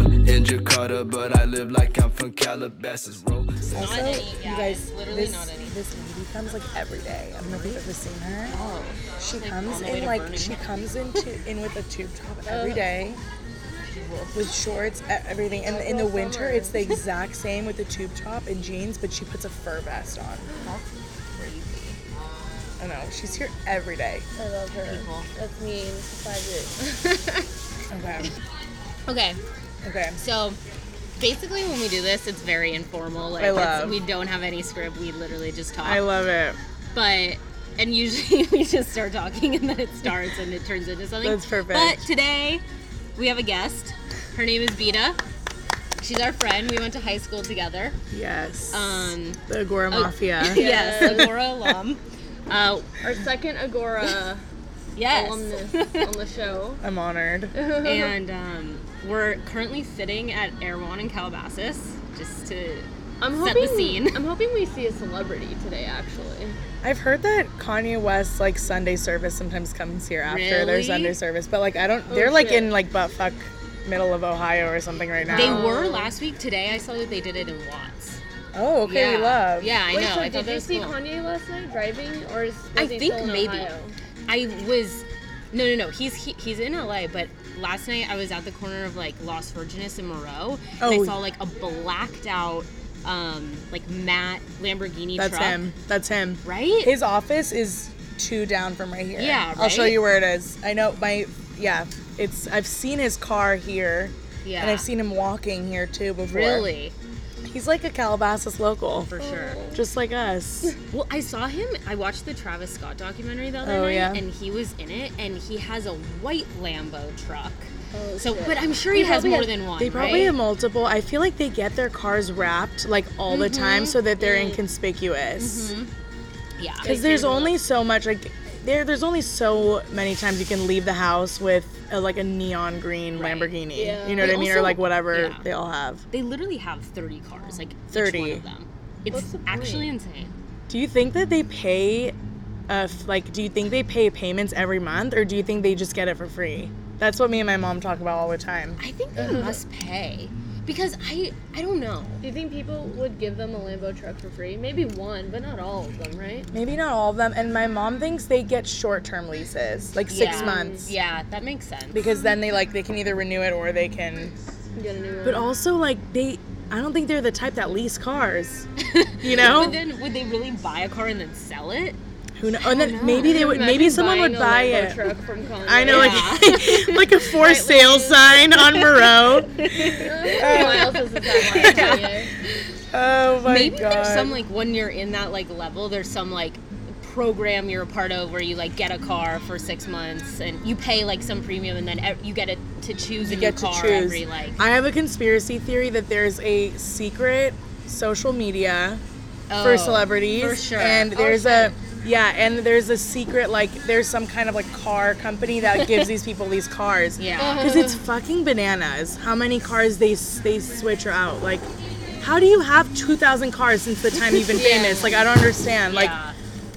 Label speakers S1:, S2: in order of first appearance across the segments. S1: in Jakarta, but I live like I'm from Calabasas. Roll.
S2: Not
S3: Also,
S2: any, yeah,
S3: you guys,
S2: literally
S3: this,
S2: not any.
S3: this lady comes like every day. I don't know if you've ever seen her.
S2: Oh,
S3: She
S2: like,
S3: comes
S2: on the way
S3: in
S2: to
S3: like
S2: Burning
S3: she
S2: Man.
S3: comes in to, in with a tube top every day, with shorts, e- everything. And in the winter, it's the exact same with the tube top and jeans, but she puts a fur vest on. I know she's here every day.
S4: I love her.
S2: People.
S4: That's mean. Five years.
S3: Okay,
S2: Okay,
S3: okay.
S2: so basically when we do this, it's very informal. Like
S3: I
S2: it's-
S3: love.
S2: we don't have any script. We literally just talk.
S3: I love it.
S2: but and usually we just start talking and then it starts and it turns into something.
S3: That's perfect.
S2: But today we have a guest. Her name is Bita. She's our friend. We went to high school together.
S3: Yes.
S2: Um,
S3: the Agora Mafia.
S2: yes, Agora alum. Uh,
S4: Our second Agora
S2: yes.
S4: alumnus on the show.
S3: I'm honored.
S2: and um, we're currently sitting at Erewhon in Calabasas, just to
S4: I'm
S2: Set
S4: hoping
S2: the scene.
S4: I'm hoping we see a celebrity today. Actually,
S3: I've heard that Kanye West like Sunday service sometimes comes here after their
S2: Really? Oh,
S3: Sunday service, but like I don't. they're like
S4: shit.
S3: in like buttfuck middle of Ohio or something right now.
S2: They were last week. Today, I saw that they did it in Watts.
S3: Oh, okay, we
S2: yeah.
S3: love.
S2: Yeah, I
S4: Wait,
S2: know.
S4: So
S2: I
S4: did
S2: thought
S4: you
S2: that was
S4: see
S2: cool.
S4: Kanye last night driving, or is was
S2: I
S4: he
S2: think
S4: still in
S2: maybe.
S4: Ohio?
S2: I was, no, no, no. He's he, he's in LA, but last night I was at the corner of like Las Virgenes and Moreau, and
S3: Oh.
S2: I saw like a blacked out, um, like matte Lamborghini
S3: That's
S2: truck.
S3: him. That's him.
S2: Right?
S3: His office is two down from right here.
S2: Yeah,
S3: I'll show
S2: right?
S3: you where it is. I know my. Yeah, it's. I've seen his car here.
S2: yeah.
S3: And I've seen him walking here too before.
S2: really
S3: He's like a Calabasas local,
S2: for sure.
S3: just like us.
S2: Well, I saw him. I watched the Travis Scott documentary the other
S3: Oh,
S2: night,
S3: yeah.
S2: and he was in it. And he has a white Lambo truck.
S4: Oh,
S2: so,
S4: shit.
S2: but I'm sure he, has
S4: probably
S2: more
S4: has-
S2: than one.
S3: They probably
S2: right?
S3: have multiple. I feel like they get their cars wrapped like all the
S2: Mm-hmm.
S3: time so that they're inconspicuous.
S2: yeah.
S3: Because there's only so much like there. There's only so many times you can leave the house with a, like a neon green
S2: Right.
S3: Lamborghini.
S4: Yeah.
S3: You know what
S2: They
S3: I mean, or
S2: also-
S3: like whatever
S2: yeah.
S3: they all have.
S2: They literally have 30 cars, like 30 one
S3: 30.
S2: of them.
S4: What's
S2: It's
S4: the point?
S2: actually insane.
S3: Do you think that they pay? Uh, f- like, do you think they pay payments every month, or do you think they just get it for free? That's what me and my mom talk about all the time.
S2: I think they must pay because I I don't know.
S4: Do you think people would give them a Lambo truck for free? Maybe one, but not all of them, right?
S3: Maybe not all of them. And my mom thinks they get short-term leases, like six
S2: Yeah.
S3: months.
S2: Yeah, that makes sense.
S3: because then they like they can either renew it or they can
S4: Get a new one.
S3: but also like they i don't think they're the type that lease cars you know
S2: But then would they really buy a car and then sell it?
S3: who know and then maybe they would
S4: Imagine
S3: maybe someone
S4: buying
S3: would
S4: a
S3: buy
S4: Lambo
S3: it
S4: Truck from Kanye.
S3: i know like
S2: Yeah.
S3: like a for sale sign on moreau
S4: Who else is that like Kanye?
S3: oh my
S2: Maybe
S3: god
S2: there's some like when you're in that like level, there's some like program you're a part of where you like get a car for six months and you pay like some premium and then ev- you get it to choose a
S3: You
S2: new
S3: get to
S2: car
S3: choose.
S2: every like
S3: i have a conspiracy theory that there's a secret social media for
S2: Oh,
S3: celebrities
S2: for sure.
S3: and
S2: Oh,
S3: there's a yeah and there's a secret like there's some kind of like car company that gives these people these cars
S2: yeah.
S3: Because it's fucking bananas how many cars they they switch out. Like, how do you have 2,000 cars since the time you've been famous? Like, I don't understand. Like,
S2: yeah.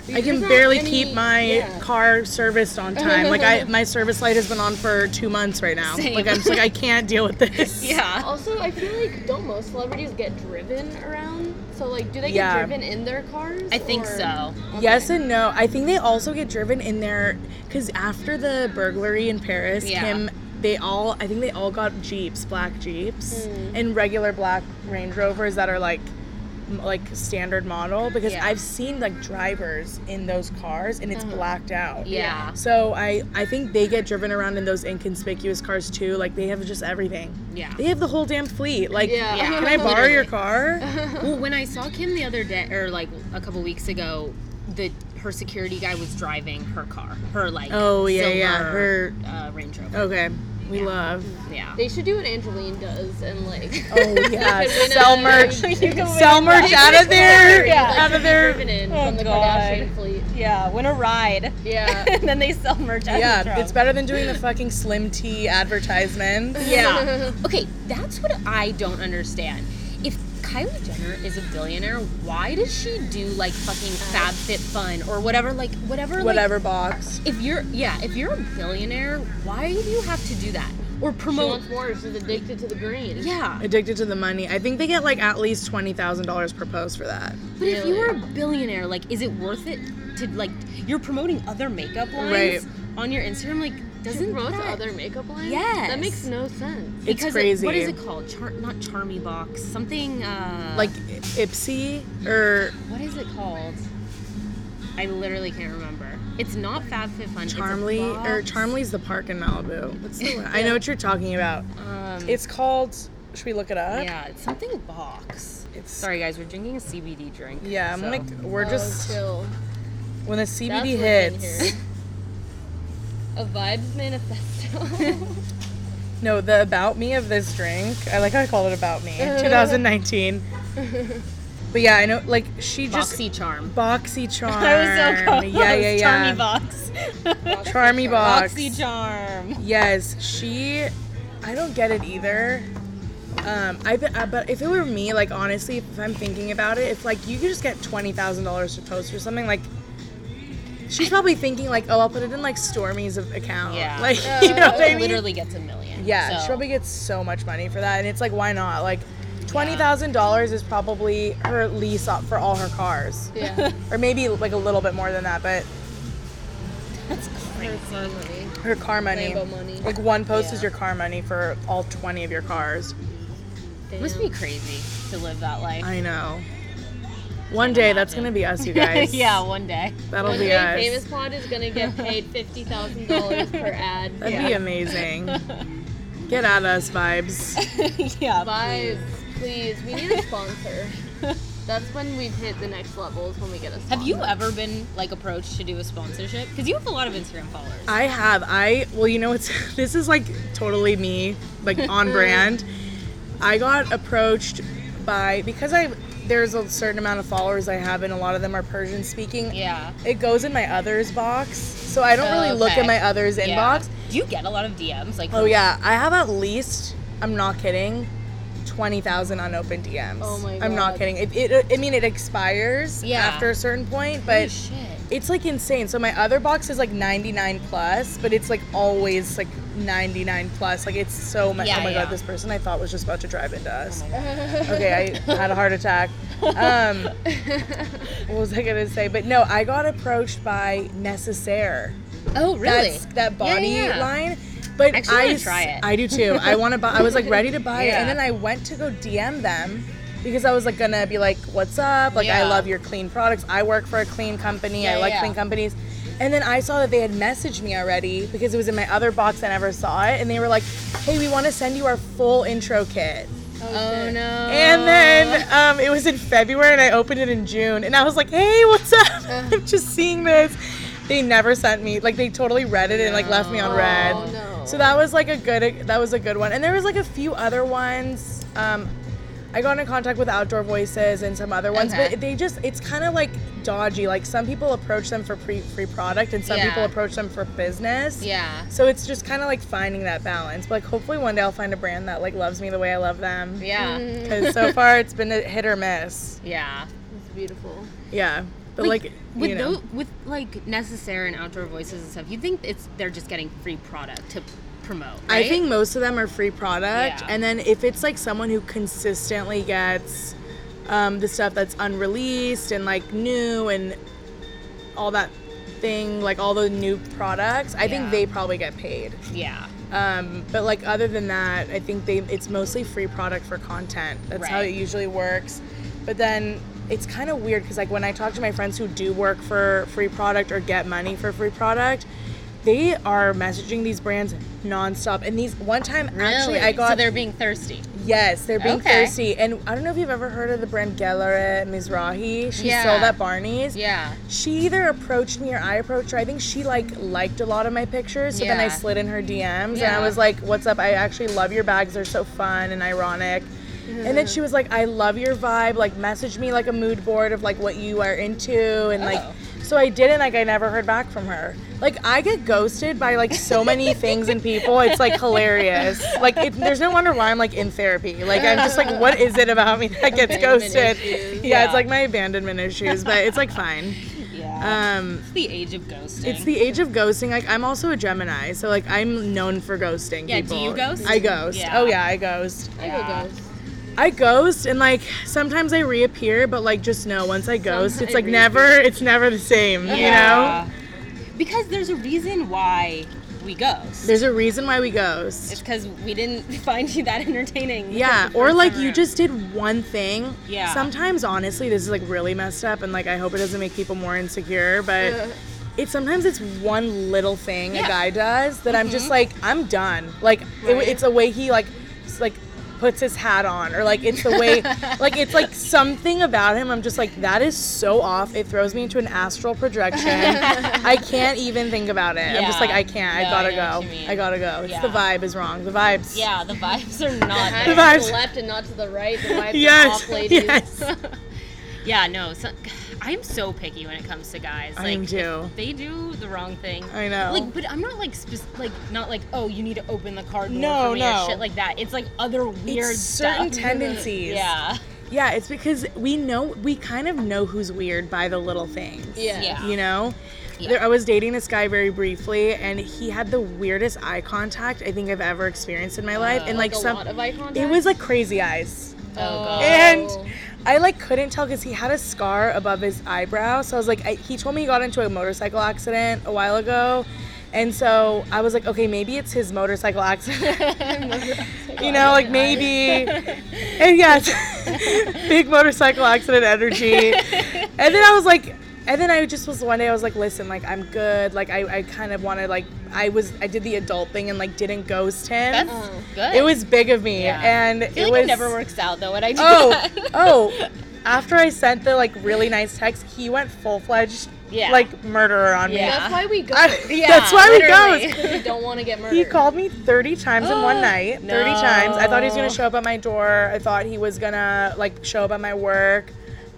S3: I can
S4: There's not
S3: barely
S4: any-
S3: keep my
S4: yeah.
S3: car serviced on time. like, I my service light has been on for two months right now.
S2: Same.
S3: Like, I'm just like, I can't deal with this.
S2: yeah.
S4: Also, I feel like don't most celebrities get driven around? So like, do they get
S3: Yeah.
S4: driven in their cars?
S2: I think
S4: or-
S2: so.
S3: Yes and no. I think they also get driven in their because after the burglary in Paris,
S2: Yeah.
S3: Kim, they all I think they all got jeeps, black jeeps,
S2: Mm.
S3: and regular black Range Rovers that are like m- like standard model because
S2: Yeah. Mm-hmm.
S3: I've seen like drivers in those cars and it's blacked out.
S2: Yeah.
S3: So I I think they get driven around in those inconspicuous cars too. Like they have just everything.
S2: Yeah.
S3: They have the whole damn fleet. Like
S4: Yeah. Yeah.
S3: can I borrow your
S2: Literally.
S3: car?
S2: Well, when I saw Kim the other day, or like a couple weeks ago, the her security guy was driving her car, her like
S3: Oh, yeah,
S2: silver,
S3: yeah, her- Oh.
S2: uh, Range Rover.
S3: okay. We love.
S2: Yeah,
S4: They should do what Angeline does and like.
S3: Oh yeah,
S4: could win
S3: sell
S4: a-
S3: merch,
S4: you could win
S3: sell
S4: a-
S3: merch out of there,
S4: Yeah.
S3: out of there.
S4: driven in
S2: Oh,
S4: from the
S2: God.
S4: Kardashian fleet.
S2: yeah, win a ride,
S4: Yeah.
S2: and then they sell merch.
S3: Yeah, it's better than doing the fucking Slim Tea advertisements.
S2: Yeah. okay, that's what I don't understand. If Kylie Jenner is a billionaire, why does she do like fucking FabFitFun or whatever, like whatever, like,
S3: Uh. Whatever box.
S2: if you're yeah if you're a billionaire why do you have to do that or
S4: She
S2: promote.
S4: wants more. She's addicted to the green.
S2: Yeah,
S3: Addicted to the money. I think they get like at least twenty thousand dollars per post for that.
S2: but if you were a billionaire, like, is it worth it to like? You're promoting other makeup
S3: Right.
S2: lines on your Instagram. Like,
S4: She
S2: doesn't
S4: promotes
S2: that,
S4: other makeup lines.
S2: Yes.
S4: That makes no sense.
S3: It's
S2: because it-
S3: crazy.
S2: what is it called? Char- not Charmy Box. Something. Uh,
S3: Like Ipsy or
S2: what is it called? I literally can't remember. It's not Fab Fit Fun.
S3: Charmly or Charmly's the park in Malibu. What's the one? I know what you're talking about.
S2: Um,
S3: It's called. Should we look it up?
S2: yeah, it's something box.
S3: It's-
S2: Sorry guys, we're drinking a CBD drink.
S3: Yeah, I'm
S2: so-
S3: like we're
S4: Oh,
S3: just
S4: chill.
S3: when the
S4: That's
S3: CBD
S4: what's in
S3: hits.
S4: here. A vibes manifesto.
S3: No, the about me of this drink. I like how I call it about me. 2019. but yeah, I know. Like she just
S2: Boxy Charm.
S3: boxy charm.
S2: I was so close.
S3: Yeah, yeah, yeah.
S2: Charmy box.
S3: Charmy box.
S2: Boxy Charm.
S3: Yes, she. I don't get it either. Um, I bet, uh, but if it were me, like honestly, if I'm thinking about it, if like you could just get twenty thousand dollars to post or something, like she's probably thinking like, oh, I'll put it in like Stormy's account,
S2: Yeah.
S3: like you know what I mean?
S2: Literally gets a million.
S3: Yeah,
S2: so-
S3: she probably gets so much money for that, and it's like, why not? Like, twenty thousand dollars is probably her lease up for all her cars,
S4: yeah.
S3: or maybe like a little bit more than that, but
S2: That's crazy.
S4: Fun money.
S3: her car money,
S4: Lambo money.
S3: like one post is
S2: Yeah.
S3: your car money for all twenty of your cars.
S4: Damn.
S2: Must be crazy to live that life.
S3: I know. One day that's gonna be us, you guys.
S2: yeah, one day.
S3: that'll
S4: One
S3: be
S4: day
S3: us.
S4: Famous Pod is gonna get paid fifty thousand dollars per ad.
S3: That'd be amazing. Get at us, vibes.
S2: yeah.
S4: Vibes, please. We need a sponsor. That's when we've hit the next levels when we get a sponsor.
S2: Have you ever been like approached to do a sponsorship? Because you have a lot of Instagram followers.
S3: I have. I well, you know, it's this is like totally me, like on brand. I got approached by because I there's a certain amount of followers I have, and a lot of them are Persian speaking.
S2: yeah.
S3: It goes in my others box, so I don't
S2: Oh,
S3: really look at
S2: okay.
S3: my others
S2: Yeah.
S3: inbox.
S2: Do you get a lot of DMs? Like,
S3: Oh yeah, I have at least. I'm not kidding. Twenty thousand unopened DMs.
S4: Oh my
S3: I'm not
S4: God.
S3: kidding. It, it, I mean, it expires
S2: Yeah.
S3: after a certain point,
S2: holy
S3: but
S2: shit.
S3: it's like insane. So my other box is like 99 plus, but it's like always like 99 plus. Like it's so much.
S2: Yeah,
S3: oh my
S2: yeah. Oh
S3: god, this person I thought was just about to drive into us. okay, I had a heart attack. Um, what was I gonna say? But no, I got approached by Necessaire.
S2: Oh really?
S3: That's that body
S2: yeah, yeah.
S3: line. But
S2: Actually, I
S3: I
S2: wanna
S3: s-
S2: try it.
S3: I do too. I want to buy. I was like ready to buy it, and
S2: Yeah.
S3: then I went to go DM them because I was like gonna be like, "What's up? Like, I
S2: Yeah.
S3: love your clean products. I work for a clean company. I
S2: Yeah,
S3: like
S2: yeah.
S3: clean companies." And then I saw that they had messaged me already because it was in my other box. I never saw it, and they were like, "Hey, we want to send you our full intro kit."
S2: oh no.
S3: And then um, it was in February, and I opened it in June, and I was like, "Hey, what's up?
S2: Uh.
S3: I'm just seeing this." They never sent me like they totally read it and like left me on red.
S4: Oh, no.
S3: So that was like a good that was a good one, and there was like a few other ones. Um, I got in contact with Outdoor Voices and some other ones,
S2: Okay.
S3: but they just it's kind of like dodgy. Like some people approach them for pre- free product, and some
S2: Yeah.
S3: people approach them for business.
S2: yeah.
S3: So it's just kind of like finding that balance. But like hopefully one day I'll find a brand that like loves me the way I love them.
S2: Yeah.
S3: Because so far it's been a hit or miss.
S2: Yeah.
S4: It's beautiful.
S3: Yeah. But like,
S2: with
S3: you know.
S2: tho- with like necessary and outdoor voices and stuff, you think it's they're just getting free product to p- promote. Right?
S3: I think most of them are free product.
S2: Yeah.
S3: And then if it's like someone who consistently gets um, the stuff that's unreleased and like new and all that thing, like all the new products, I
S2: Yeah.
S3: think they probably get paid.
S2: Yeah.
S3: Um, but like other than that, I think they it's mostly free product for content. That's how
S2: Right.
S3: it usually works. But then it's kind of weird because like when I talk to my friends who do work for free product or get money for free product, they are messaging these brands nonstop. And these one time actually I
S2: Really?
S3: got
S2: so they're being thirsty.
S3: yes they're being
S2: Okay.
S3: thirsty. And I don't know if you've ever heard of the brand Gellere Mizrahi. She
S2: Yeah.
S3: sold at Barney's
S2: Yeah.
S3: she either approached me or I approached her. I think she like liked a lot of my pictures. So then I
S2: Yeah.
S3: slid in her DMs and I
S2: Yeah.
S3: was like, "What's up? I actually love your bags. They're so fun and ironic." And then she was like, "I love your vibe. Like message me like a mood board of like what you are into and like
S2: Oh.
S3: so I did not like I never heard back from her. Like I get ghosted by like so many things and people. It's like hilarious. Like it, there's no wonder why I'm like in therapy. Like I'm just like what is it about me that gets
S4: Abandonment
S3: ghosted?
S4: issues.
S3: Yeah, it's
S2: Yeah.
S3: like my abandonment issues, but it's like fine.
S2: Yeah.
S3: Um,
S2: It's the age of ghosting.
S3: it's the age of ghosting. Like I'm also a Gemini, so like I'm known for ghosting.
S2: Yeah, do
S3: people.
S2: you ghost?
S3: I ghost.
S2: Yeah.
S3: Oh yeah, I ghost.
S4: I
S2: Yeah.
S4: go ghost.
S3: I ghost and like sometimes I reappear, but like just know once I ghost,
S4: Sometimes
S3: it's like
S4: it
S3: never. It's never the same. You know.
S2: Because there's a reason why we ghost.
S3: There's a reason why we ghost.
S2: it's because we didn't find you that entertaining.
S3: Yeah,
S2: the
S3: or
S2: first
S3: like
S2: time
S3: you
S2: around.
S3: just did one thing.
S2: Yeah.
S3: Sometimes, honestly, this is like really messed up, and like I hope it doesn't make people more insecure, but
S4: Ugh.
S3: it's sometimes it's one little thing
S2: Yeah. Mm-hmm.
S3: a guy does that I'm just like I'm done. Like it,
S4: Right.
S3: it's a way he like s- like puts his hat on, or like it's the way like it's like something about him. I'm just like that is so off. It throws me into an astral projection. I can't even think about it. I'm just like
S2: Yeah.
S3: I can't.
S2: No,
S3: I
S2: I
S3: gotta
S2: know what you
S3: go.
S2: mean.
S3: I gotta go. It's the
S2: Yeah.
S3: vibe is wrong. The vibes.
S2: Yeah, the vibes are not.
S4: Hat
S3: The
S2: there.
S4: is
S3: vibes.
S4: to the left and not to the right. The vibes are
S3: Yes.
S4: off, ladies.
S3: Yes.
S2: Yeah, no. So, I'm so picky when it comes to guys.
S3: I
S2: Like,
S3: am too.
S2: if They do the wrong thing.
S3: I know.
S2: Like, but I'm not like spec- like not like oh you need to open the car door
S3: No,
S2: for me
S3: no.
S2: or shit like that. It's like other weird
S3: it's certain
S2: stuff.
S3: tendencies.
S2: yeah.
S3: Yeah, it's because we know we kind of know who's weird by the little things.
S4: Yeah.
S2: Yeah.
S3: You know?
S2: Yeah.
S3: There, I was dating this guy very briefly, and he had the weirdest eye contact I think I've ever experienced in my life. And like,
S4: Uh, Like a
S3: some,
S4: lot of eye contact.
S3: it was like crazy eyes.
S2: Oh
S4: Oh.
S2: god.
S3: And I like couldn't tell because he had a scar above his eyebrow. So I was like, I, he told me he got into a motorcycle accident a while ago. And so I was like, okay, maybe it's his motorcycle accident. you know, like maybe. And yes, big motorcycle accident energy. And then I was like, and then I just was one day I was like, listen, like I'm good. Like I, I kind of wanted like I was I did the adult thing and like didn't ghost him.
S2: That's
S4: Oh.
S2: good.
S3: it was big of me,
S2: Yeah.
S3: and
S2: I feel
S3: it
S2: like
S3: was
S2: it never works out though when I do
S3: Oh,
S2: that.
S3: oh. After I sent the like really nice text, he went full fledged
S2: Yeah.
S3: like murderer on me.
S2: Yeah.
S4: That's why we go.
S3: I-
S2: Yeah,
S3: that's why we
S2: literally. Oh,
S3: ghost.
S4: Because we don't want to get murdered.
S3: He called me 30 times in one night. 30 times. I thought he was going to
S2: No.
S3: show up at my door. I thought he was going to like show up at my work.